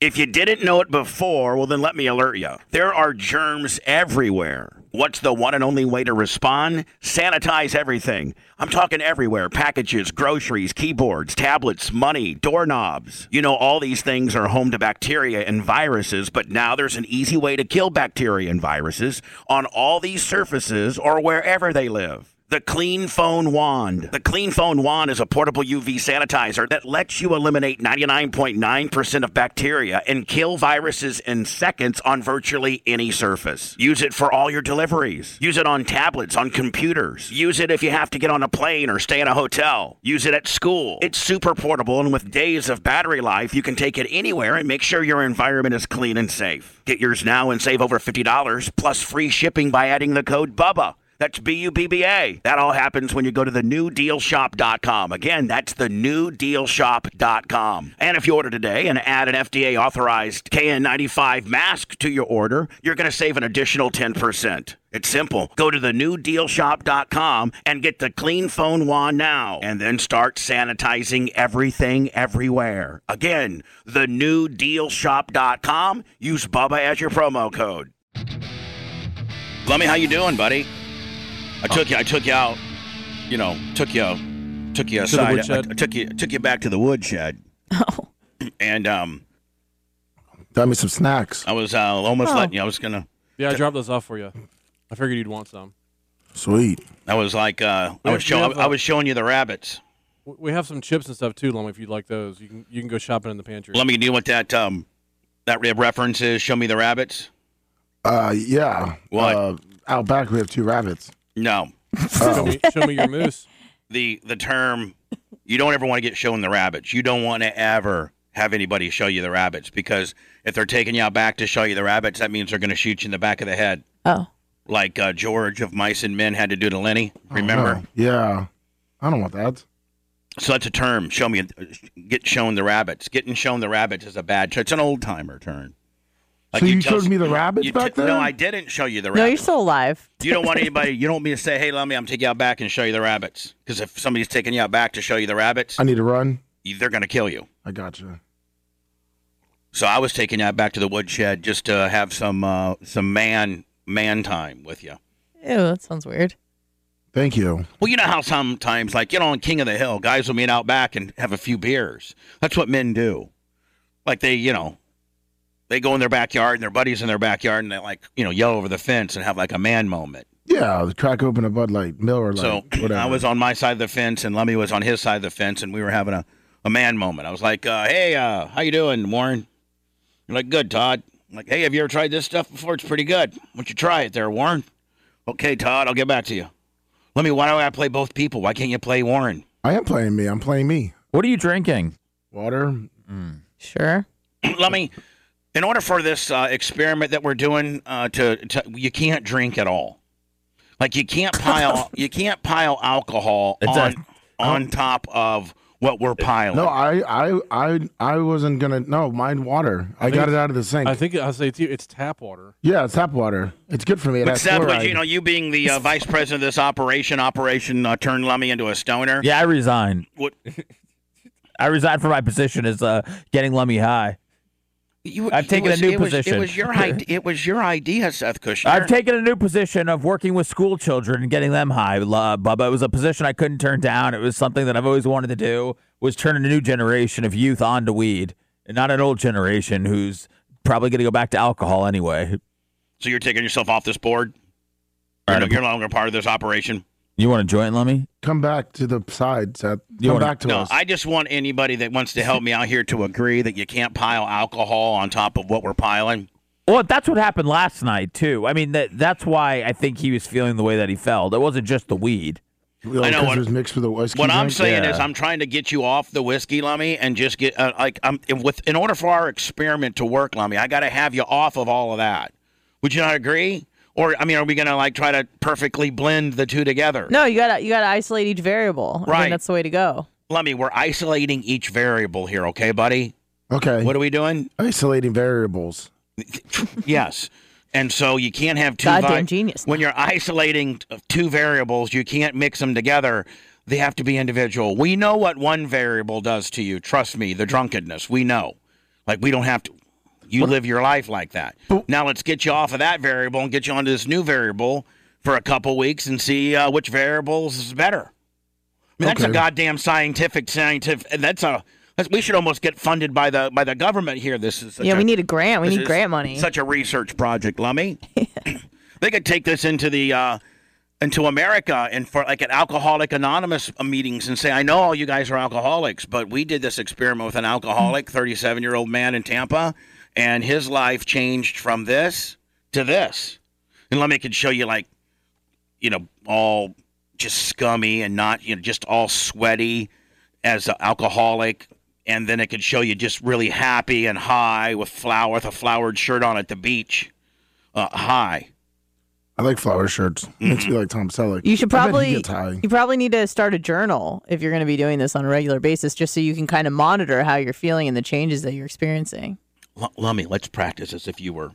Speaker 2: If you didn't know it before, well, then let me alert you. There are germs everywhere. What's the one and only way to respond? Sanitize everything. I'm talking everywhere packages, groceries, keyboards, tablets, money, doorknobs. You know, all these things are home to bacteria and viruses, but now there's an easy way to kill bacteria and viruses on all these surfaces or wherever they live. The Clean Phone Wand. The Clean Phone Wand is a portable UV sanitizer that lets you eliminate 99.9% of bacteria and kill viruses in seconds on virtually any surface. Use it for all your deliveries. Use it on tablets, on computers. Use it if you have to get on a plane or stay in a hotel. Use it at school. It's super portable, and with days of battery life, you can take it anywhere and make sure your environment is clean and safe. Get yours now and save over $50 plus free shipping by adding the code BUBBA. That's B U B B A. That all happens when you go to the newdealshop.com. Again, that's the newdealshop.com. And if you order today and add an FDA authorized KN95 mask to your order, you're going to save an additional 10%. It's simple. Go to the newdealshop.com and get the clean phone wand now and then start sanitizing everything everywhere. Again, the newdealshop.com. Use Bubba as your promo code. Lummy, how you doing, buddy? I took you. I took you out. You know, took you, took you
Speaker 5: the
Speaker 2: aside. I- I,
Speaker 5: woodshed?
Speaker 2: took you, took you back to the woodshed.
Speaker 4: Oh.
Speaker 2: And um,
Speaker 3: Got me some snacks.
Speaker 2: I was uh, almost
Speaker 4: Oh.
Speaker 2: letting you. I was gonna.
Speaker 5: Yeah, I dropped those off for you. I figured you'd want some.
Speaker 3: Sweet.
Speaker 2: I was like, uh, I
Speaker 5: We
Speaker 2: was
Speaker 5: have- we
Speaker 2: showing.
Speaker 5: have,
Speaker 2: I
Speaker 5: uh,
Speaker 2: was showing you the rabbits.
Speaker 5: W- We have some chips and stuff too, Lummy. If you'd like those, you can you can go shopping in the pantry.
Speaker 2: Let me do what that um, that re- reference is. Show me the rabbits.
Speaker 3: Uh, yeah.
Speaker 2: What?
Speaker 3: Uh, out back we have two rabbits.
Speaker 2: No,
Speaker 5: Show, me, show me your moose.
Speaker 2: the the term. You don't ever want to get shown the rabbits. You don't want to ever have anybody show you the rabbits because if they're taking you out back to show you the rabbits, that means they're going to shoot you in the back of the head.
Speaker 4: Oh.
Speaker 2: like uh, George of Mice and Men had to do to Lenny. Remember?
Speaker 3: Oh, yeah. I don't want that.
Speaker 2: So that's a term. Show me. Get shown the rabbits. Getting shown the rabbits is a bad. It's an old timer term.
Speaker 3: So you
Speaker 2: tell-
Speaker 3: showed me the rabbits
Speaker 2: you
Speaker 3: back
Speaker 2: t-
Speaker 3: then?
Speaker 2: No, I didn't show you the
Speaker 4: No, you're
Speaker 2: rabbits.
Speaker 4: still alive.
Speaker 2: you don't want anybody. You don't want me to say, "Hey, Lummy, I'm taking you out back and show you the rabbits." Because if somebody's taking you out back to show you the rabbits,
Speaker 3: I need to run.
Speaker 2: they're going to kill you.
Speaker 3: I gotcha.
Speaker 2: So I was taking you out back to the woodshed just to have some uh, some man man time with you.
Speaker 4: Ew, that sounds weird.
Speaker 3: Thank you.
Speaker 2: Well, you know how sometimes, like, you know, on King of the Hill, guys will meet out back and have a few beers. That's what men do. Like, they, you know, they go in their backyard and their buddies in their backyard and they, like, you know, yell over the fence and have like a man moment.
Speaker 3: Yeah, crack open a Bud Light, Miller Light,
Speaker 2: so
Speaker 3: whatever.
Speaker 2: I was on my side of the fence and Lemmy was on his side of the fence and we were having a, a man moment. I was like, uh, hey, uh, how you doing, Warren? You're like, good, Todd. I'm like, hey, have you ever tried this stuff before? It's pretty good. Why don't you try it there, Warren? Okay, Todd, I'll get back to you. Lemmy, why do I play both people? Why can't you play Warren?
Speaker 3: I am playing me. I'm playing me.
Speaker 6: What are you drinking?
Speaker 3: Water.
Speaker 4: Sure.
Speaker 2: let me in order for this uh, experiment that we're doing uh, to, to you can't drink at all like you can't pile you can't pile alcohol
Speaker 6: It's a-
Speaker 2: on on top of what we're piling
Speaker 3: No, I, I, I, I wasn't gonna. No, mine water. I, got it out of the sink.
Speaker 5: I think I'll say to you, it's tap water.
Speaker 3: yeah, it's tap water. It's good for me. It
Speaker 2: but
Speaker 3: has
Speaker 2: Seth, but,
Speaker 3: fluoride.
Speaker 2: you know, you being the uh, vice president of this operation, Operation uh, Turn Lummy into a Stoner.
Speaker 6: Yeah, I resign.
Speaker 2: What-
Speaker 6: I resigned from my position as uh, getting Lummy high.
Speaker 2: You-
Speaker 6: I've
Speaker 2: it
Speaker 6: taken a
Speaker 2: was-
Speaker 6: new
Speaker 2: it was-
Speaker 6: position.
Speaker 2: it was your idea. It was your idea, Seth Kushner.
Speaker 6: I've taken a new position of working with school children and getting them high, uh, Bubba. It was a position I couldn't turn down. It was something that I've always wanted to do. Was turn a new generation of youth onto weed, and not an old generation who's probably going to go back to alcohol anyway.
Speaker 2: so you're taking yourself off this board. You're,
Speaker 6: Right.
Speaker 2: no, you're no longer part of this operation.
Speaker 6: You want to join, Lummy?
Speaker 3: come back to the side, Seth.
Speaker 6: You
Speaker 3: come
Speaker 6: wanna-
Speaker 3: back to
Speaker 2: No,
Speaker 3: us.
Speaker 2: I just want anybody that wants to help me out here to agree that you can't pile alcohol on top of what we're piling.
Speaker 6: Well, that's what happened last night too. I mean, that that's why I think he was feeling the way that he felt. It wasn't just the weed.
Speaker 3: Really,
Speaker 2: I know
Speaker 3: 'cause
Speaker 2: what-
Speaker 3: it was mixed with the whiskey.
Speaker 2: What I'm
Speaker 3: drink.
Speaker 2: saying
Speaker 6: yeah.
Speaker 2: is, I'm trying to get you off the whiskey, Lummy, and just get uh, like I'm if- with. In order for our experiment to work, Lummy, I got to have you off of all of that. Would you not agree? Or I mean, are we gonna like try to perfectly blend the two together?
Speaker 4: No, you gotta you gotta isolate each variable. I
Speaker 2: Right.
Speaker 4: think that's the way to go.
Speaker 2: Lummy, we're isolating each variable here, okay, buddy?
Speaker 3: Okay.
Speaker 2: What are we doing?
Speaker 3: Isolating variables.
Speaker 2: Yes. And so you can't have two.
Speaker 4: Goddamn
Speaker 2: vi-
Speaker 4: genius.
Speaker 2: When you're isolating t- two variables, you can't mix them together. They have to be individual. We know what one variable does to you. Trust me, the drunkenness. We know. Like we don't have to. You live your life like that. Now let's get you off of that variable and get you onto this new variable for a couple weeks and see uh, which variables is better. I mean, That's a
Speaker 3: Okay.
Speaker 2: goddamn scientific scientific. and That's a. That's, we should almost get funded by the by the government here. This is such
Speaker 4: yeah,
Speaker 2: a-
Speaker 4: we need a grant. We
Speaker 2: this
Speaker 4: need
Speaker 2: is
Speaker 4: grant money.
Speaker 2: Such a research project, Lummy. they could take this into the uh, into America and for like an Alcoholic Anonymous uh, meetings and say, I know all you guys are alcoholics, but we did this experiment with an alcoholic,
Speaker 4: Mm-hmm.
Speaker 2: 37 year old man in Tampa, and his life changed from this to this. And let me could show you like, you know, all just scummy and not, you know, just all sweaty as an alcoholic. And then it could show you just really happy and high with flower, with a flowered shirt on at the beach. Uh, high.
Speaker 3: I like flower shirts. Makes me like Tom Selleck.
Speaker 4: You should
Speaker 3: I bet he
Speaker 4: probably
Speaker 3: gets high.
Speaker 4: you probably need to start a journal if you're going to be doing this on a regular basis, just so you can kind of monitor how you're feeling and the changes that you're experiencing.
Speaker 2: L- Lummy, let's practice as if you were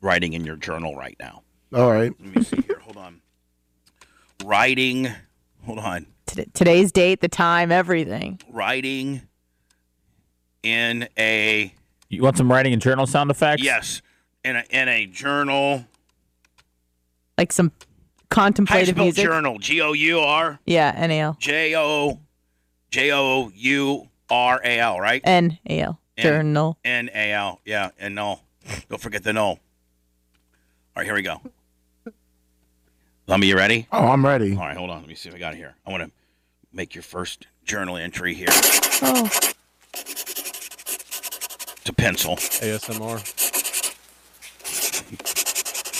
Speaker 2: writing in your journal right now.
Speaker 3: All right.
Speaker 2: Let me see here. Hold on. Writing. Hold on.
Speaker 4: T- today's date, the time, everything.
Speaker 2: Writing in a
Speaker 6: You want some writing and journal sound effects?
Speaker 2: yes in a in a journal.
Speaker 4: Like some
Speaker 2: How do you
Speaker 4: contemplative
Speaker 2: spell
Speaker 4: music.
Speaker 2: journal? G O U R
Speaker 4: Yeah, N A L
Speaker 2: J O J O U R A L. Right.
Speaker 4: N A L
Speaker 2: N.
Speaker 4: journal.
Speaker 2: N A L. Yeah. And no. Don't forget the no. All right. Here we go. Lummy, you ready?
Speaker 3: Oh, I'm ready.
Speaker 2: All right. Hold on. Let me see if I got it here. I want to make your first journal entry here.
Speaker 4: Oh,
Speaker 2: It's a pencil.
Speaker 5: ASMR.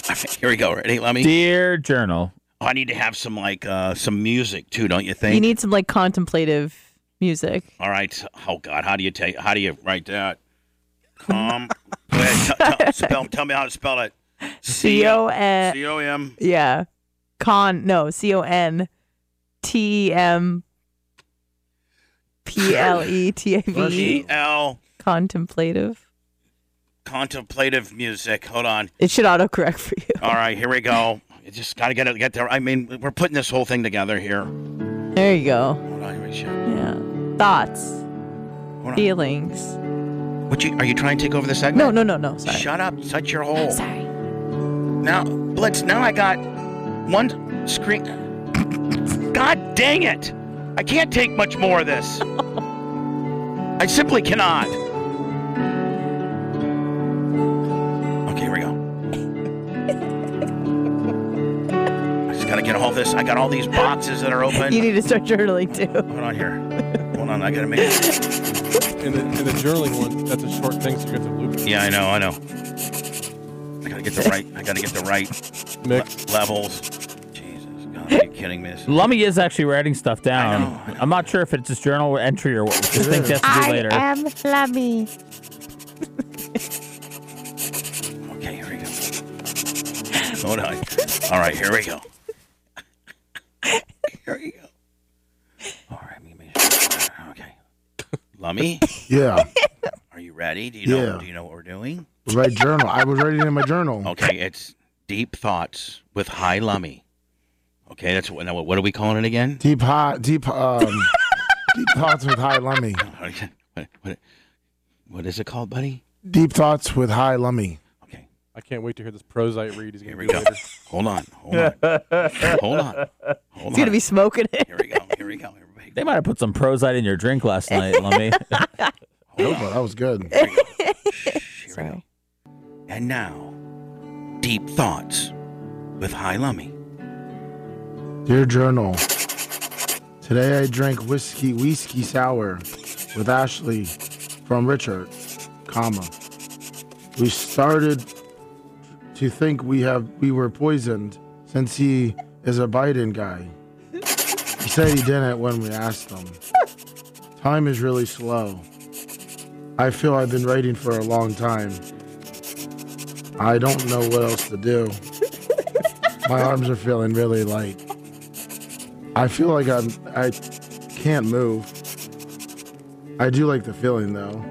Speaker 2: All right, here we go. Ready? Let me.
Speaker 6: Dear journal.
Speaker 2: I need to have some like uh some music too, don't you think?
Speaker 4: you need some like contemplative music.
Speaker 2: All right. Oh God, how do you take? How do you write that? Com. Go ahead. T- t- spell. Tell me how to spell it.
Speaker 4: C O N.
Speaker 2: C O M.
Speaker 4: Yeah, con. No, C O N T E M P L E T A V
Speaker 2: G
Speaker 4: E.
Speaker 2: L.
Speaker 4: Contemplative.
Speaker 2: Contemplative music. Hold on.
Speaker 4: It should autocorrect for you.
Speaker 2: All right, here we go. You just gotta get it. Get there. I mean, we're putting this whole thing together here.
Speaker 4: There you go.
Speaker 2: Hold on. Here we go.
Speaker 4: Yeah. Thoughts,
Speaker 2: Hold on.
Speaker 4: feelings.
Speaker 2: What you? Are you trying to take over the
Speaker 4: No,
Speaker 2: segment?
Speaker 4: no, no, no. Sorry.
Speaker 2: Shut up. Shut your hole.
Speaker 4: Sorry.
Speaker 2: Now, Blitz, now I got one screen. God dang it! I can't take much more of this. I simply cannot. Okay, here we go. I just gotta get all this. I got all these boxes that are open.
Speaker 4: You need to start journaling too.
Speaker 2: Hold on here. Hold on, I gotta make.
Speaker 5: In the, in the journaling one, that's a short thing, so you get the loop
Speaker 2: Yeah, I know, I know. I gotta get the right. I gotta get the right
Speaker 5: mix.
Speaker 2: levels. Jesus, God, are you kidding me? This is-
Speaker 6: Lummy is actually writing stuff down.
Speaker 2: I know, I know.
Speaker 6: am not sure if it's just journal entry or what. Just think that's to do later.
Speaker 4: am Flummy.
Speaker 2: Okay, here we go. Hold on. All right, here we go. Here we go. All right, let me make sure. Okay. Lummy,
Speaker 3: Yeah.
Speaker 2: are you ready? Do you know
Speaker 3: Yeah.
Speaker 2: do you know what we're doing?
Speaker 3: Right journal. I was writing in my journal.
Speaker 2: Okay, it's deep thoughts with high lummy. Okay, that's what now what are we calling it again?
Speaker 3: Deep hot. Deep. Um, deep thoughts with high lummy.
Speaker 2: What, what, what is it called, buddy?
Speaker 3: Deep thoughts with high lummy.
Speaker 2: Okay.
Speaker 5: I can't wait to hear this prosite read. He's
Speaker 2: Here
Speaker 5: gonna
Speaker 2: we
Speaker 5: do
Speaker 2: go.
Speaker 5: later.
Speaker 2: Hold on. Hold on. Hold on. Hold
Speaker 4: It's gonna
Speaker 2: on.
Speaker 4: be smoking it.
Speaker 2: Here we go. Here we go. Everybody.
Speaker 6: They might have put some prosite in your drink last night, Lummy.
Speaker 3: Oh, that was good.
Speaker 2: Here we go. And now, deep thoughts with High Lummy.
Speaker 3: Dear Journal, today I drank whiskey, whiskey sour with Ashley from Richard, comma. We started to think we have we were poisoned since he is a Biden guy. He said he didn't when we asked him. Time is really slow. I feel I've been writing for a long time. I don't know what else to do. My arms are feeling really light. I feel like I'm I can't move. I do like the feeling though.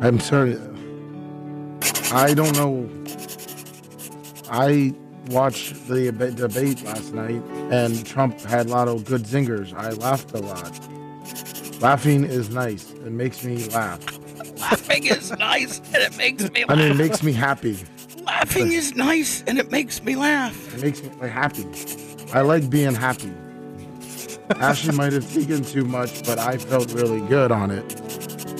Speaker 3: I'm sorry. I don't know. I watched the ab- debate last night, and Trump had a lot of good zingers. I laughed a lot. Laughing is nice. It makes me laugh.
Speaker 2: Laughing is nice and it makes me
Speaker 3: I
Speaker 2: laugh.
Speaker 3: mean, it makes me happy.
Speaker 2: Laughing is nice and it makes me laugh.
Speaker 3: It makes me like, happy. I like being happy. Ashley might have taken too much, but I felt really good on it.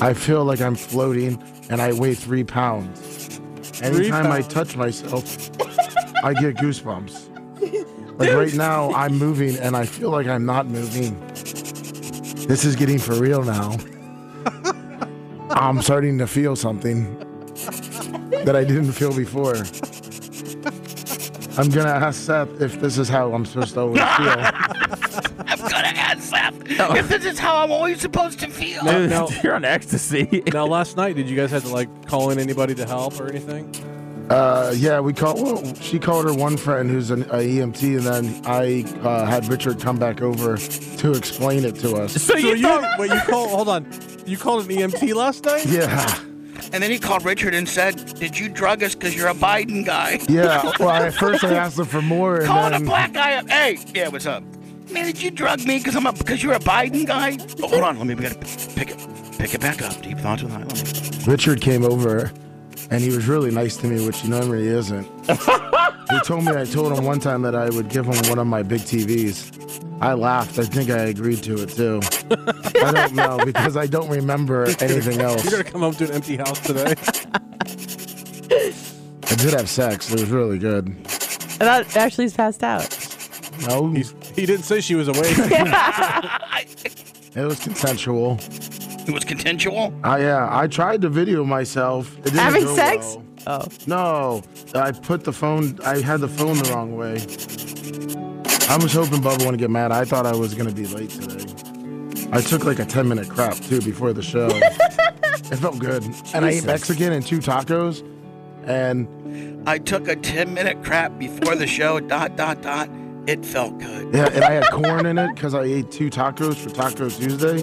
Speaker 3: I feel like I'm floating and I weigh three pounds. Anytime I touch myself, I get goosebumps. Like right now, I'm moving and I feel like I'm not moving. This is getting for real now. I'm starting to feel something that I didn't feel before. I'm gonna ask Seth if this is how I'm supposed to always feel.
Speaker 2: I'm gonna ask Seth if this is how I'm always supposed to feel.
Speaker 5: No, no.
Speaker 6: You're on ecstasy.
Speaker 5: Now, last night, did you guys have to like call in anybody to help or anything?
Speaker 3: Uh, yeah, we called. Well, she called her one friend who's an a EMT, and then I uh, had Richard come back over to explain it to us.
Speaker 6: So, you, thought
Speaker 5: wait, you call? Hold on, you called an EMT last night?
Speaker 3: Yeah,
Speaker 2: And then he called Richard and said, "Did you drug us? Because you're a Biden guy."
Speaker 3: yeah. Well, at first I asked her for more,
Speaker 2: Calling a
Speaker 3: and then
Speaker 2: black guy up. Hey, yeah, what's up? Man, did you drug me because I'm a because you're a Biden guy? Oh, hold on, let me we gotta p- pick it pick it back up. Deep thoughts with High Let me-
Speaker 3: Richard came over, and he was really nice to me, which he normally isn't. he told me I told him one time that I would give him one of my big TVs. I laughed. I think I agreed to it too. I don't know because I don't remember anything else.
Speaker 5: You're gonna come home to an empty house today.
Speaker 3: I did have sex. It was really good.
Speaker 4: I thought Ashley's passed out.
Speaker 3: No,
Speaker 5: He's, he didn't say she was awake.
Speaker 2: I-
Speaker 3: it was consensual.
Speaker 2: It was consensual.
Speaker 3: I yeah, I tried to video myself. It didn't
Speaker 4: Having
Speaker 3: go
Speaker 4: sex?
Speaker 3: well.
Speaker 4: Oh.
Speaker 3: No, I put the phone. I had the phone the wrong way. I was hoping Bubba wouldn't get mad. I thought I was gonna be late today. I took like a ten minute crap too before the show. it felt good, and I ate Mexican and two tacos, and
Speaker 2: I took a ten minute crap before the show. Dot dot dot. It felt good.
Speaker 3: yeah, and I had corn in it because I ate two tacos for Taco Tuesday.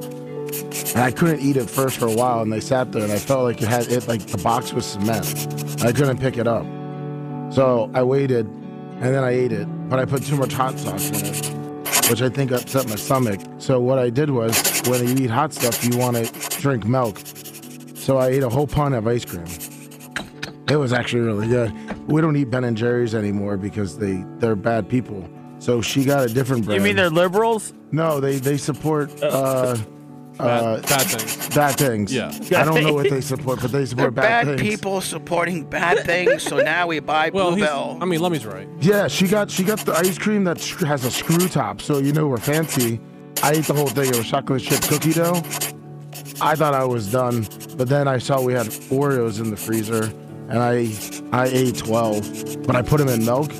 Speaker 3: And I couldn't eat it first for a while, and they sat there, and I felt like it had it like the box was cement. I couldn't pick it up, so I waited, and then I ate it, but I put too much hot sauce in it, which I think upset my stomach. So what I did was, when you eat hot stuff, you want to drink milk. So I ate a whole pint of ice cream. It was actually really good. We don't eat Ben and Jerry's anymore because they they're bad people. So she got a different brand.
Speaker 6: you mean they're liberals?
Speaker 3: No, they they support uh, uh,
Speaker 5: bad, bad things.
Speaker 3: bad things.
Speaker 5: Yeah.
Speaker 3: I don't know what they support, but they
Speaker 2: We're
Speaker 3: support
Speaker 2: bad,
Speaker 3: bad, things.
Speaker 2: people supporting bad things, so now we buy
Speaker 5: Well, he's,
Speaker 2: Bluebell.
Speaker 5: I mean, Lemmy's right.
Speaker 3: Yeah, she got she got the ice cream that sh- has a screw top, so you know we're fancy. I ate the whole thing. It was chocolate chip cookie dough. I thought I was done, but then I saw we had Oreos in the freezer, and I I ate twelve, but I put them in milk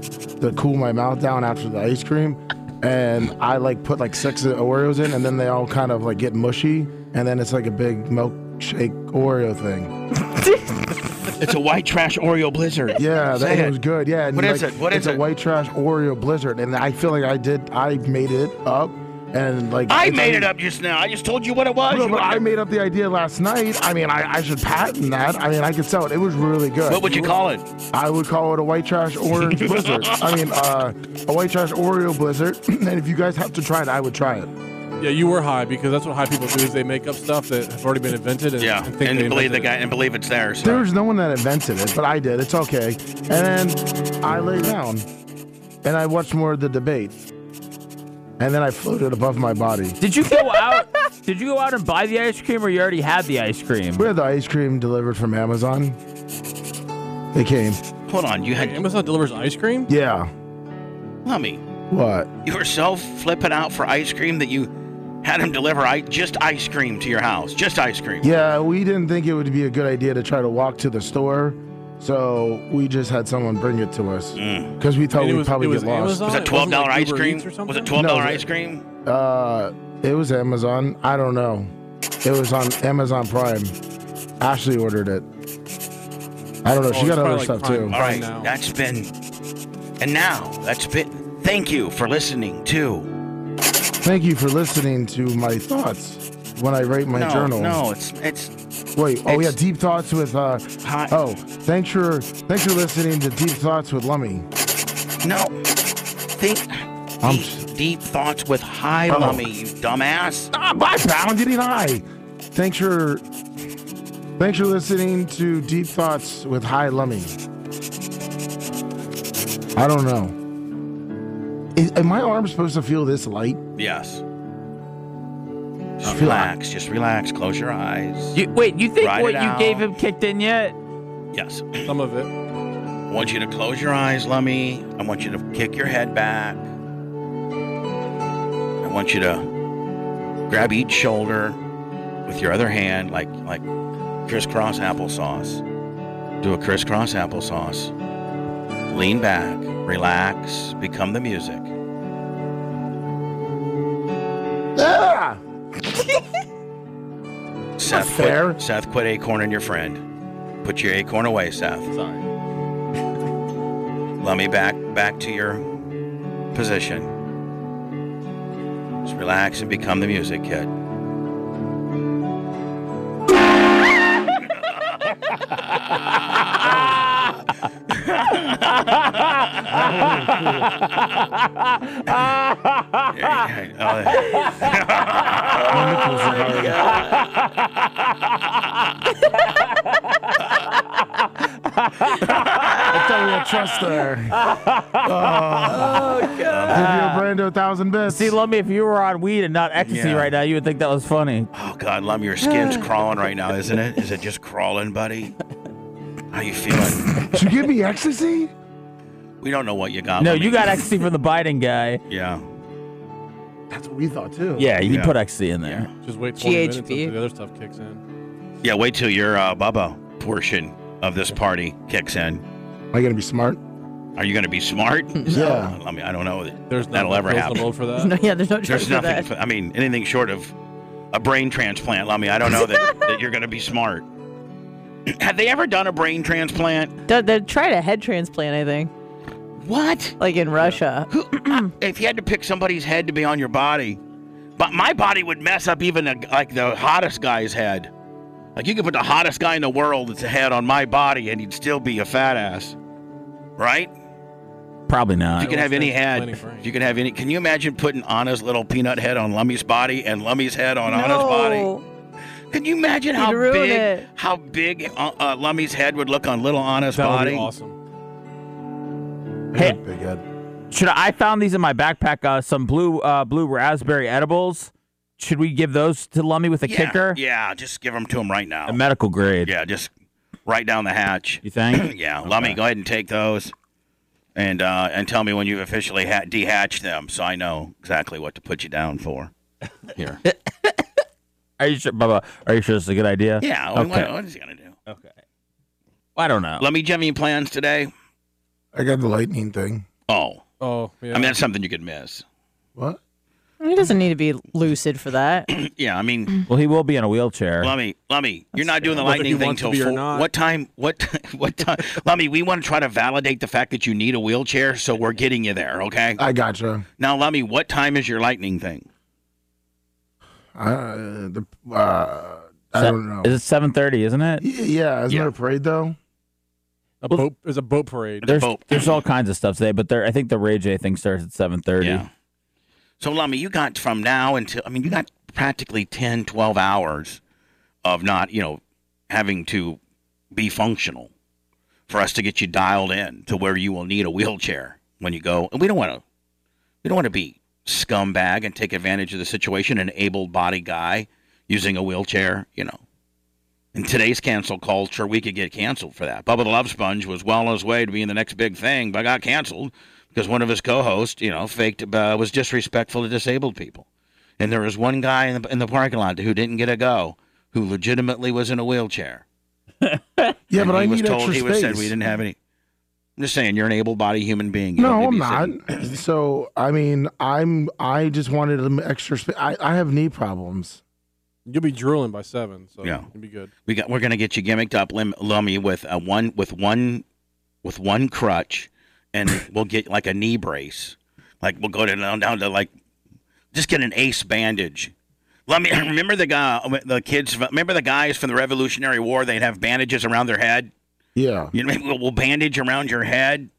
Speaker 3: to cool my mouth down after the ice cream, and I like put like six Oreos in, and then they all kind of like get mushy, and then it's like a big milkshake Oreo thing.
Speaker 2: it's a white trash Oreo blizzard.
Speaker 3: Yeah,
Speaker 2: Say
Speaker 3: that
Speaker 2: it.
Speaker 3: was good. Yeah, and
Speaker 2: What is
Speaker 3: like,
Speaker 2: it? What
Speaker 3: it's
Speaker 2: is
Speaker 3: a
Speaker 2: it?
Speaker 3: white trash Oreo blizzard, and I feel like I did. I made it up, and like
Speaker 2: I
Speaker 3: it's-
Speaker 2: made it up just now. I just told you what it was.
Speaker 3: No,
Speaker 2: You
Speaker 3: but
Speaker 2: wouldn't-
Speaker 3: I made up the idea last night. I mean, I, I should patent that. I mean, I could sell it. It was really good.
Speaker 2: what would you call it?
Speaker 3: I would call it a white trash orange blizzard. I mean, uh, a white trash Oreo blizzard. and if you guys have to try it, I would try it.
Speaker 5: Yeah, you were high because that's what high people do is they make up stuff that has already been invented and,
Speaker 2: Yeah,
Speaker 5: and think
Speaker 2: and
Speaker 5: they
Speaker 2: believe the
Speaker 5: invented
Speaker 2: guy
Speaker 5: it.
Speaker 2: and believe it's theirs.
Speaker 3: There was no one that invented it, but I did. It's okay. And then I lay down, and I watched more of the debate, and then I floated above my body.
Speaker 6: Did you go out? did you go out and buy the ice cream, or you already had the ice cream?
Speaker 3: We had the ice cream delivered from Amazon. They came.
Speaker 2: Hold on, you
Speaker 5: Hey,
Speaker 2: had
Speaker 5: Amazon delivers ice cream.
Speaker 3: Yeah.
Speaker 2: Lummy.
Speaker 3: What?
Speaker 2: You were so flipping out for ice cream that you had him deliver I- just ice cream to your house. Just ice cream.
Speaker 3: Yeah, we didn't think it would be a good idea to try to walk to the store, so we just had someone bring it to us
Speaker 2: Mm.
Speaker 3: because we thought
Speaker 5: And it
Speaker 3: we'd
Speaker 5: was-
Speaker 3: probably
Speaker 5: it was
Speaker 3: get lost.
Speaker 5: Amazon?
Speaker 2: Was it
Speaker 5: It wasn't
Speaker 2: twelve dollar
Speaker 5: like
Speaker 2: ice
Speaker 5: Uber
Speaker 2: cream?
Speaker 5: Eats or something?
Speaker 2: Was it twelve dollar
Speaker 3: No, it-
Speaker 2: ice cream?
Speaker 3: Uh, it was Amazon. I don't know. It was on Amazon Prime. Ashley ordered it. I don't know.
Speaker 5: Oh,
Speaker 3: she got
Speaker 5: it's
Speaker 3: other
Speaker 5: probably
Speaker 3: stuff
Speaker 5: like Prime.
Speaker 3: too.
Speaker 2: All right,
Speaker 5: now.
Speaker 2: that's been. And now that's been. Thank you for listening to.
Speaker 3: Thank you for listening to my thoughts when I write my
Speaker 2: no,
Speaker 3: journal.
Speaker 2: no, it's it's
Speaker 3: Wait. Oh yeah,
Speaker 2: It's-
Speaker 3: deep thoughts with. Uh,
Speaker 2: Hi.
Speaker 3: Oh, thanks for thanks for listening to Deep Thoughts with Lummy.
Speaker 2: no. Think
Speaker 3: I'm-
Speaker 2: deep, deep thoughts with high
Speaker 3: Oh.
Speaker 2: mummy, you dumbass.
Speaker 3: Ah, my bounded and I. Thanks for thanks for listening to Deep Thoughts with High Lummy. I don't know. Is, am my arm supposed to feel this light?
Speaker 2: Yes. Just
Speaker 3: Uh,
Speaker 2: relax. Just relax. Close your eyes.
Speaker 6: You, wait, you think
Speaker 2: Ride
Speaker 6: what
Speaker 2: it
Speaker 6: you
Speaker 2: out.
Speaker 6: gave him kicked in yet?
Speaker 2: Yes.
Speaker 5: Some of it.
Speaker 2: I want you to close your eyes, Lummy. I want you to kick your head back. want you to grab each shoulder with your other hand, like like crisscross applesauce. Do a crisscross applesauce. Lean back, relax, become the music.
Speaker 3: Ah!
Speaker 2: Seth,
Speaker 3: fair.
Speaker 2: Quit, Seth, quit acorn and your friend. Put your acorn away, Seth.
Speaker 5: Sorry.
Speaker 2: Lummy back back to your position. Just relax and become the music kid. Oh,
Speaker 3: Ah, I thought we had trust there. Oh, God. Give you a Brando thousand bits.
Speaker 6: See, Lummy, if you were on weed and not ecstasy
Speaker 2: Yeah.
Speaker 6: right now, you would think that was funny.
Speaker 2: Oh God, Lum, your skin's crawling right now, isn't it? Is it just crawling, buddy? How you feeling?
Speaker 3: Did you give me ecstasy?
Speaker 2: We don't know what you got.
Speaker 6: No,
Speaker 2: Lummi.
Speaker 6: you got ecstasy from the Biden guy.
Speaker 2: Yeah.
Speaker 3: That's what we thought too.
Speaker 6: Yeah, he
Speaker 2: Yeah.
Speaker 6: put ecstasy in there.
Speaker 5: Just wait 20
Speaker 4: GHB.
Speaker 5: minutes until the other stuff kicks in.
Speaker 2: Yeah, wait till your uh, Bubba portion of this party kicks in.
Speaker 3: Am I gonna be smart?
Speaker 2: Are you going to be smart?
Speaker 3: Yeah.
Speaker 2: I mean, I don't know.
Speaker 5: There's
Speaker 2: That'll
Speaker 5: no
Speaker 2: ever
Speaker 5: pills in
Speaker 2: happen.
Speaker 5: the world for that.
Speaker 4: No, yeah, there's no
Speaker 2: Uh, There's
Speaker 4: trust for
Speaker 2: nothing.
Speaker 4: that.
Speaker 2: I mean, anything short of a brain transplant, Lummy. I don't know that, that you're going to be smart. Have they ever done a brain transplant?
Speaker 4: They- They tried a head transplant, I think,
Speaker 2: What?
Speaker 4: like in Russia.
Speaker 2: Who, if you had to pick somebody's head to be on your body, but my body would mess up even a, like the hottest guy's head. Like you could put the hottest guy in the world that's a head on my body, and he'd still be a fat ass, right?
Speaker 6: Probably not.
Speaker 2: you can have
Speaker 5: let's
Speaker 2: any
Speaker 5: think
Speaker 2: head.
Speaker 5: planning brain.
Speaker 2: You can have any. Can you imagine putting Anna's little peanut head on Lummy's body and Lummy's head on Anna's body? Can you imagine how
Speaker 4: ruin
Speaker 2: big
Speaker 4: it.
Speaker 2: how big uh, uh, Lummy's head would look on little Anna's
Speaker 5: That would
Speaker 2: body?
Speaker 5: be awesome.
Speaker 6: Hey.
Speaker 3: Big head.
Speaker 6: Should I, I found these in my backpack? Uh, some blue uh, blue raspberry edibles. Should we give those to Lummy with a
Speaker 2: Yeah,
Speaker 6: kicker?
Speaker 2: Yeah, just give them to him right now.
Speaker 6: A medical grade.
Speaker 2: Yeah, just right down the hatch.
Speaker 6: You think?
Speaker 2: yeah, Lummy, go ahead and take those, and uh, and tell me when you've officially ha- dehatched them, so I know exactly what to put you down for. Here.
Speaker 6: Are you sure, Bubba? Are you sure this is a good idea?
Speaker 2: yeah.
Speaker 6: Okay.
Speaker 2: What, what is he gonna do?
Speaker 6: I don't know.
Speaker 2: Lummy, do you have any plans today?
Speaker 3: I got the lightning thing.
Speaker 2: Oh,
Speaker 5: Oh, yeah.
Speaker 2: I mean that's something you could miss.
Speaker 3: What?
Speaker 4: He doesn't need to be lucid for that.
Speaker 2: yeah, I mean,
Speaker 6: Well, he will be in a wheelchair.
Speaker 2: Lummy, Lummy, you're not doing the
Speaker 5: Whether
Speaker 2: lightning
Speaker 5: he
Speaker 2: thing
Speaker 5: wants to
Speaker 2: till
Speaker 5: be or
Speaker 2: four.
Speaker 5: not.
Speaker 2: What time? What? What time? Lummy, we want to try to validate the fact that you need a wheelchair, so we're getting you there. Okay.
Speaker 3: I gotcha.
Speaker 2: Now, Lummy, what time is your lightning thing?
Speaker 3: Uh, the uh, I
Speaker 6: Se-
Speaker 3: don't know.
Speaker 6: Is it seven thirty? Isn't it?
Speaker 3: Y- yeah, isn't
Speaker 2: Yeah.
Speaker 3: there a parade though?
Speaker 5: a boat, there's a boat parade.
Speaker 6: There's
Speaker 2: boat.
Speaker 6: there's all kinds of stuff today, but there I think the Ray J thing starts at seven thirty.
Speaker 2: Yeah. So, Lummy, you got from now until, I mean, you got practically 10, 12 hours of not, you know, having to be functional for us to get you dialed in to where you will need a wheelchair when you go. And we don't want to, we don't want to be scumbag and take advantage of the situation, an able bodied guy using a wheelchair, you know. In today's cancel culture, we could get canceled for that. Bubba the Love Sponge was well on his way to being the next big thing, but got canceled because one of his co-hosts, you know, faked uh, was disrespectful to disabled people. And there was one guy in the, in the parking lot who didn't get a go, who legitimately was in a wheelchair.
Speaker 3: Yeah,
Speaker 2: And
Speaker 3: but
Speaker 2: he
Speaker 3: I
Speaker 2: was
Speaker 3: need
Speaker 2: told
Speaker 3: extra
Speaker 2: he
Speaker 3: space.
Speaker 2: was said we didn't have any. I'm just saying, you're an able-bodied human being. You don't
Speaker 3: no, I'm
Speaker 2: need to be
Speaker 3: not.
Speaker 2: sitting-
Speaker 3: So I mean, I'm. I just wanted an extra space. I, I have knee problems.
Speaker 5: You'll be drooling by seven, so
Speaker 2: Yeah.
Speaker 5: you'll be good.
Speaker 2: We got. We're gonna get you gimmicked up, lim, Lummy, with a one with one with one crutch, and we'll get like a knee brace. Like we'll go to down, down to like just get an ace bandage. Lummy, remember the guy, uh, the kids. Remember the guys from the Revolutionary War? They'd have bandages around their head.
Speaker 3: Yeah.
Speaker 2: You know, maybe we'll, we'll bandage around your head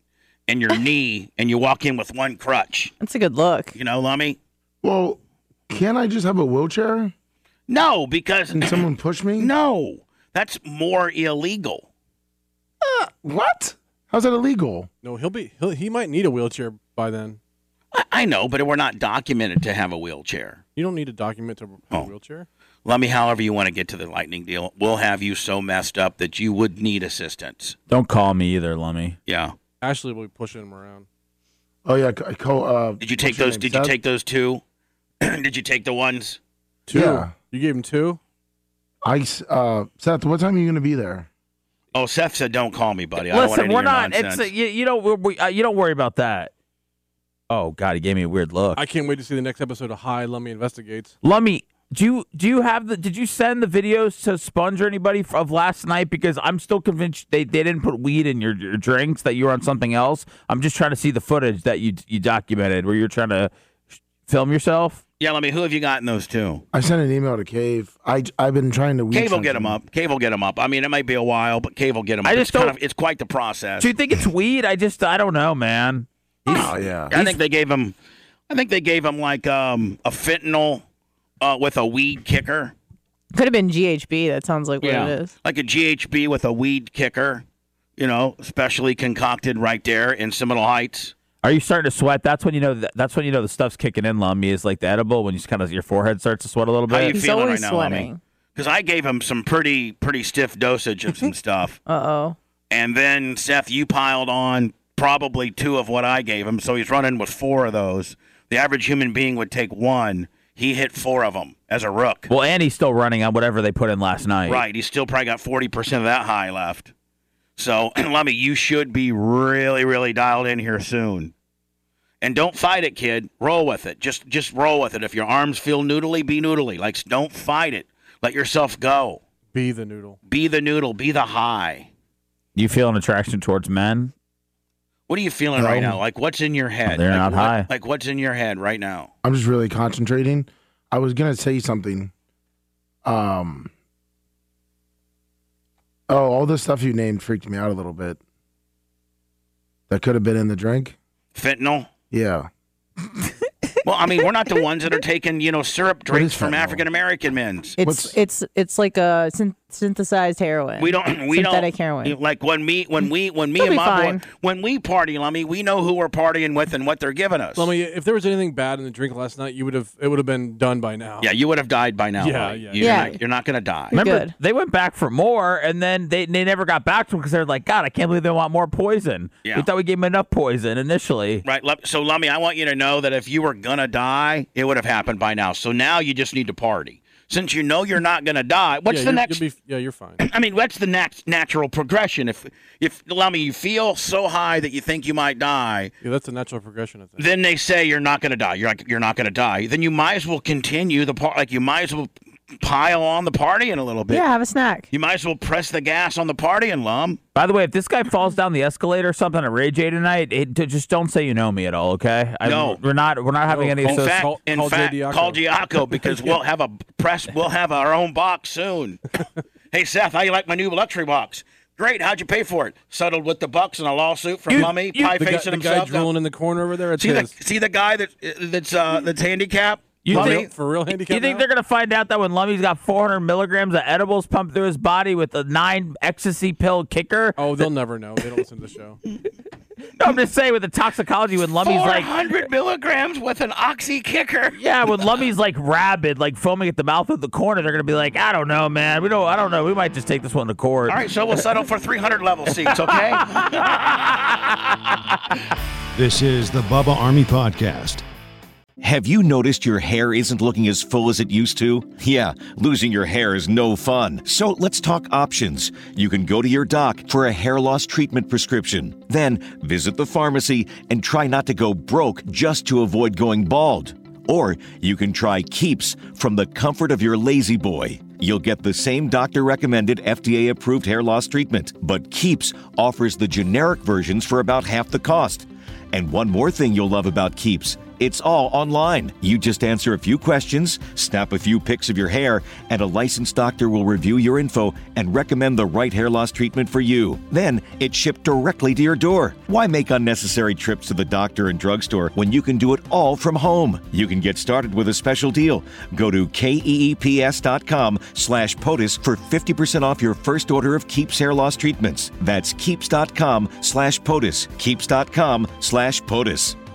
Speaker 2: and your knee, and you walk in with one crutch.
Speaker 4: That's a good look.
Speaker 2: You know, Lummy.
Speaker 3: Well, can't I just have a wheelchair?
Speaker 2: No, because
Speaker 3: Can someone push me?
Speaker 2: no, that's more illegal.
Speaker 3: What? How's that illegal?
Speaker 5: No, he'll be. He'll, he might need a wheelchair by then.
Speaker 2: I, I know, but we're not documented to have a wheelchair.
Speaker 5: You don't need a document to have
Speaker 2: Oh.
Speaker 5: a wheelchair.
Speaker 2: Let me, however, you want to get to the lightning deal. We'll have you so messed up that you would need assistance.
Speaker 6: Don't call me either, Lummy.
Speaker 2: Yeah.
Speaker 5: Ashley will be pushing him around.
Speaker 3: Oh yeah, I co. Uh,
Speaker 2: Did you take
Speaker 3: what's your
Speaker 2: those?
Speaker 3: name,
Speaker 2: Did you
Speaker 3: Seth?
Speaker 2: take those two? Did you take the ones?
Speaker 5: Two.
Speaker 3: Yeah.
Speaker 5: You gave him two.
Speaker 3: I s- uh, Seth, what time are you gonna be there?
Speaker 2: Oh, Seth said, "Don't call me, buddy. I don't want
Speaker 6: Listen,
Speaker 2: any
Speaker 6: we're
Speaker 2: of your
Speaker 6: not. It's
Speaker 2: nonsense."
Speaker 6: you, you don't. We're, we, uh, you don't worry about that. Oh God, he gave me a weird look.
Speaker 5: I can't wait to see the next episode of High Lummy Investigates.
Speaker 6: Lummy, do you do you have the? Did you send the videos to Sponge or anybody f- of last night? Because I'm still convinced they, they didn't put weed in your, your drinks. That you were on something else. I'm just trying to see the footage that you you documented where you're trying to sh- film yourself.
Speaker 2: yeah, let me. Who have you gotten those to?
Speaker 3: I sent an email to Cave. I I've been trying to. weed
Speaker 2: Cave will get
Speaker 3: something.
Speaker 2: them up. Cave will get them up. I mean, it might be a while, but Cave will get them up.
Speaker 6: I
Speaker 2: it's
Speaker 6: just
Speaker 2: kind
Speaker 6: don't-
Speaker 2: of it's quite the process.
Speaker 6: Do you think it's weed? I just I don't know, man.
Speaker 3: Oh yeah.
Speaker 2: I think they gave him. I think they gave him like um, a fentanyl uh, with a weed kicker.
Speaker 4: Could have been GHB. That sounds like what it is.
Speaker 2: like a GHB with a weed kicker. You know, specially concocted right there in Seminole Heights.
Speaker 6: Are you starting to sweat? That's when you know that, that's when you know the stuff's kicking in. Lummy is like the edible when you just kind of your forehead starts to sweat a little
Speaker 2: How you
Speaker 6: bit.
Speaker 2: He's
Speaker 4: He's
Speaker 2: feeling
Speaker 4: always
Speaker 2: right now, Lummi?
Speaker 4: sweating.
Speaker 2: Because I gave him some pretty pretty stiff dosage of some stuff,
Speaker 4: Uh oh.
Speaker 2: and then Seth, you piled on probably two of what I gave him, so he's running with four of those. The average human being would take one. He hit four of them as a rook.
Speaker 6: Well, and he's still running on whatever they put in last night.
Speaker 2: Right. He's still probably got 40% of that high left. So, Lummy, you should be really, really dialed in here soon. And don't fight it, kid. Roll with it. Just just roll with it. If your arms feel noodly, be noodly. Like don't fight it. Let yourself go.
Speaker 5: Be the noodle.
Speaker 2: Be the noodle, be the high.
Speaker 6: You feel an attraction towards men?
Speaker 2: What are you feeling right now? Like what's in your head?
Speaker 6: They're
Speaker 2: like,
Speaker 6: not
Speaker 2: what-
Speaker 6: high.
Speaker 2: Like what's in your head right now?
Speaker 3: I'm just really concentrating. I was gonna say something. Um. Oh, all the stuff you named freaked me out a little bit. That could have been in the drink.
Speaker 2: Fentanyl?
Speaker 3: Yeah.
Speaker 2: Well, I mean, we're not the ones that are taking, you know, syrup drinks
Speaker 3: is
Speaker 2: from
Speaker 3: fentanyl?
Speaker 2: African American men's.
Speaker 4: It's
Speaker 3: What's-
Speaker 4: it's it's like a syn- synthesized heroin.
Speaker 2: We don't. We
Speaker 4: synthetic
Speaker 2: don't.
Speaker 4: heroin.
Speaker 2: Like when we, when we, when me
Speaker 4: They'll
Speaker 2: and
Speaker 4: be
Speaker 2: my
Speaker 4: fine.
Speaker 2: boy, when we party, Lummy, we know who we're partying with and what they're giving us.
Speaker 5: Lummy, if there was anything bad in the drink last night, you would have. It would have been done by now.
Speaker 2: yeah, you would have died by now.
Speaker 5: Yeah,
Speaker 2: Lummi.
Speaker 5: yeah.
Speaker 2: You're
Speaker 4: Yeah.
Speaker 2: Not, you're not gonna die.
Speaker 4: You're
Speaker 6: Remember,
Speaker 4: good.
Speaker 6: they went back for more, and then they, they never got back to him because they're like, God, I can't believe they want more poison.
Speaker 2: Yeah.
Speaker 6: We thought we gave him enough poison initially.
Speaker 2: Right. Lum- So, Lummy, I want you to know that if you were gonna die, it would have happened by now. So now you just need to party. Since you know you're not gonna die, what's the
Speaker 5: Yeah, you're-
Speaker 2: next?
Speaker 5: You'll be, yeah, you're fine.
Speaker 2: I mean, what's the nat- natural progression? If, if Lummy, you feel so high that you think you might die,
Speaker 5: Yeah, that's a natural progression. I think.
Speaker 2: then they say you're not going to die. You're like you're not going to die. Then you might as well continue the part. Like you might as well pile on the party in a little bit.
Speaker 4: yeah, have a snack.
Speaker 2: You might as well press the gas on the party and lum.
Speaker 6: By the way, if this guy falls down the escalator or something at Ray J tonight, it, d- just don't say you know me at all, okay? I,
Speaker 2: No.
Speaker 6: we're not. We're not having
Speaker 5: No,
Speaker 6: any.
Speaker 5: call-
Speaker 2: In
Speaker 5: So
Speaker 6: associ-
Speaker 2: fact,
Speaker 5: call-
Speaker 2: in
Speaker 5: call Jay
Speaker 2: fact,
Speaker 5: Diaco.
Speaker 2: call Diaco because we'll have a press. We'll have our own box soon. hey Seth, how you like my new luxury box? Great. How'd you pay for it? Settled with the bucks in a lawsuit from
Speaker 6: You-
Speaker 2: Lummy.
Speaker 6: you-
Speaker 2: Pie
Speaker 5: the guy,
Speaker 2: facing
Speaker 5: the guy
Speaker 2: himself.
Speaker 5: drooling in the corner over there. It's
Speaker 2: see the
Speaker 5: his.
Speaker 2: see the guy that that's uh, that's handicapped.
Speaker 6: You
Speaker 5: Lummi,
Speaker 6: think-
Speaker 5: for real handicap?
Speaker 6: you think
Speaker 5: now?
Speaker 6: they're gonna find out that when Lummy's got 400 milligrams of edibles pumped through his body with a nine ecstasy pill kicker?
Speaker 5: Oh, they'll never know. They don't listen to the show.
Speaker 6: No, I'm just saying with the toxicology when Lummy's
Speaker 2: Four
Speaker 6: like
Speaker 2: hundred milligrams with an oxy kicker.
Speaker 6: Yeah, when Lummy's like rabid, like foaming at the mouth of the corner, they're gonna be like, I don't know, man. We don't I don't know. We might just take this one to court.
Speaker 2: All right, so we'll settle for 300 level seats, okay?
Speaker 1: This is the Bubba Army Podcast.
Speaker 8: Have you noticed your hair isn't looking as full as it used to? Yeah, losing your hair is no fun. So let's talk options. You can go to your doc for a hair loss treatment prescription, then visit the pharmacy and try not to go broke just to avoid going bald. Or you can try Keeps from the comfort of your lazy boy. You'll get the same doctor recommended FDA approved hair loss treatment, but Keeps offers the generic versions for about half the cost. And one more thing you'll love about Keeps it's all online. You just answer a few questions, snap a few pics of your hair, and a licensed doctor will review your info and recommend the right hair loss treatment for you. Then it's shipped directly to your door. Why make unnecessary trips to the doctor and drugstore when you can do it all from home? You can get started with a special deal. Go to E keeps.com slash POTUS for 50% off your first order of Keeps hair loss treatments. That's keeps.com slash POTUS. Keeps.com slash POTUS.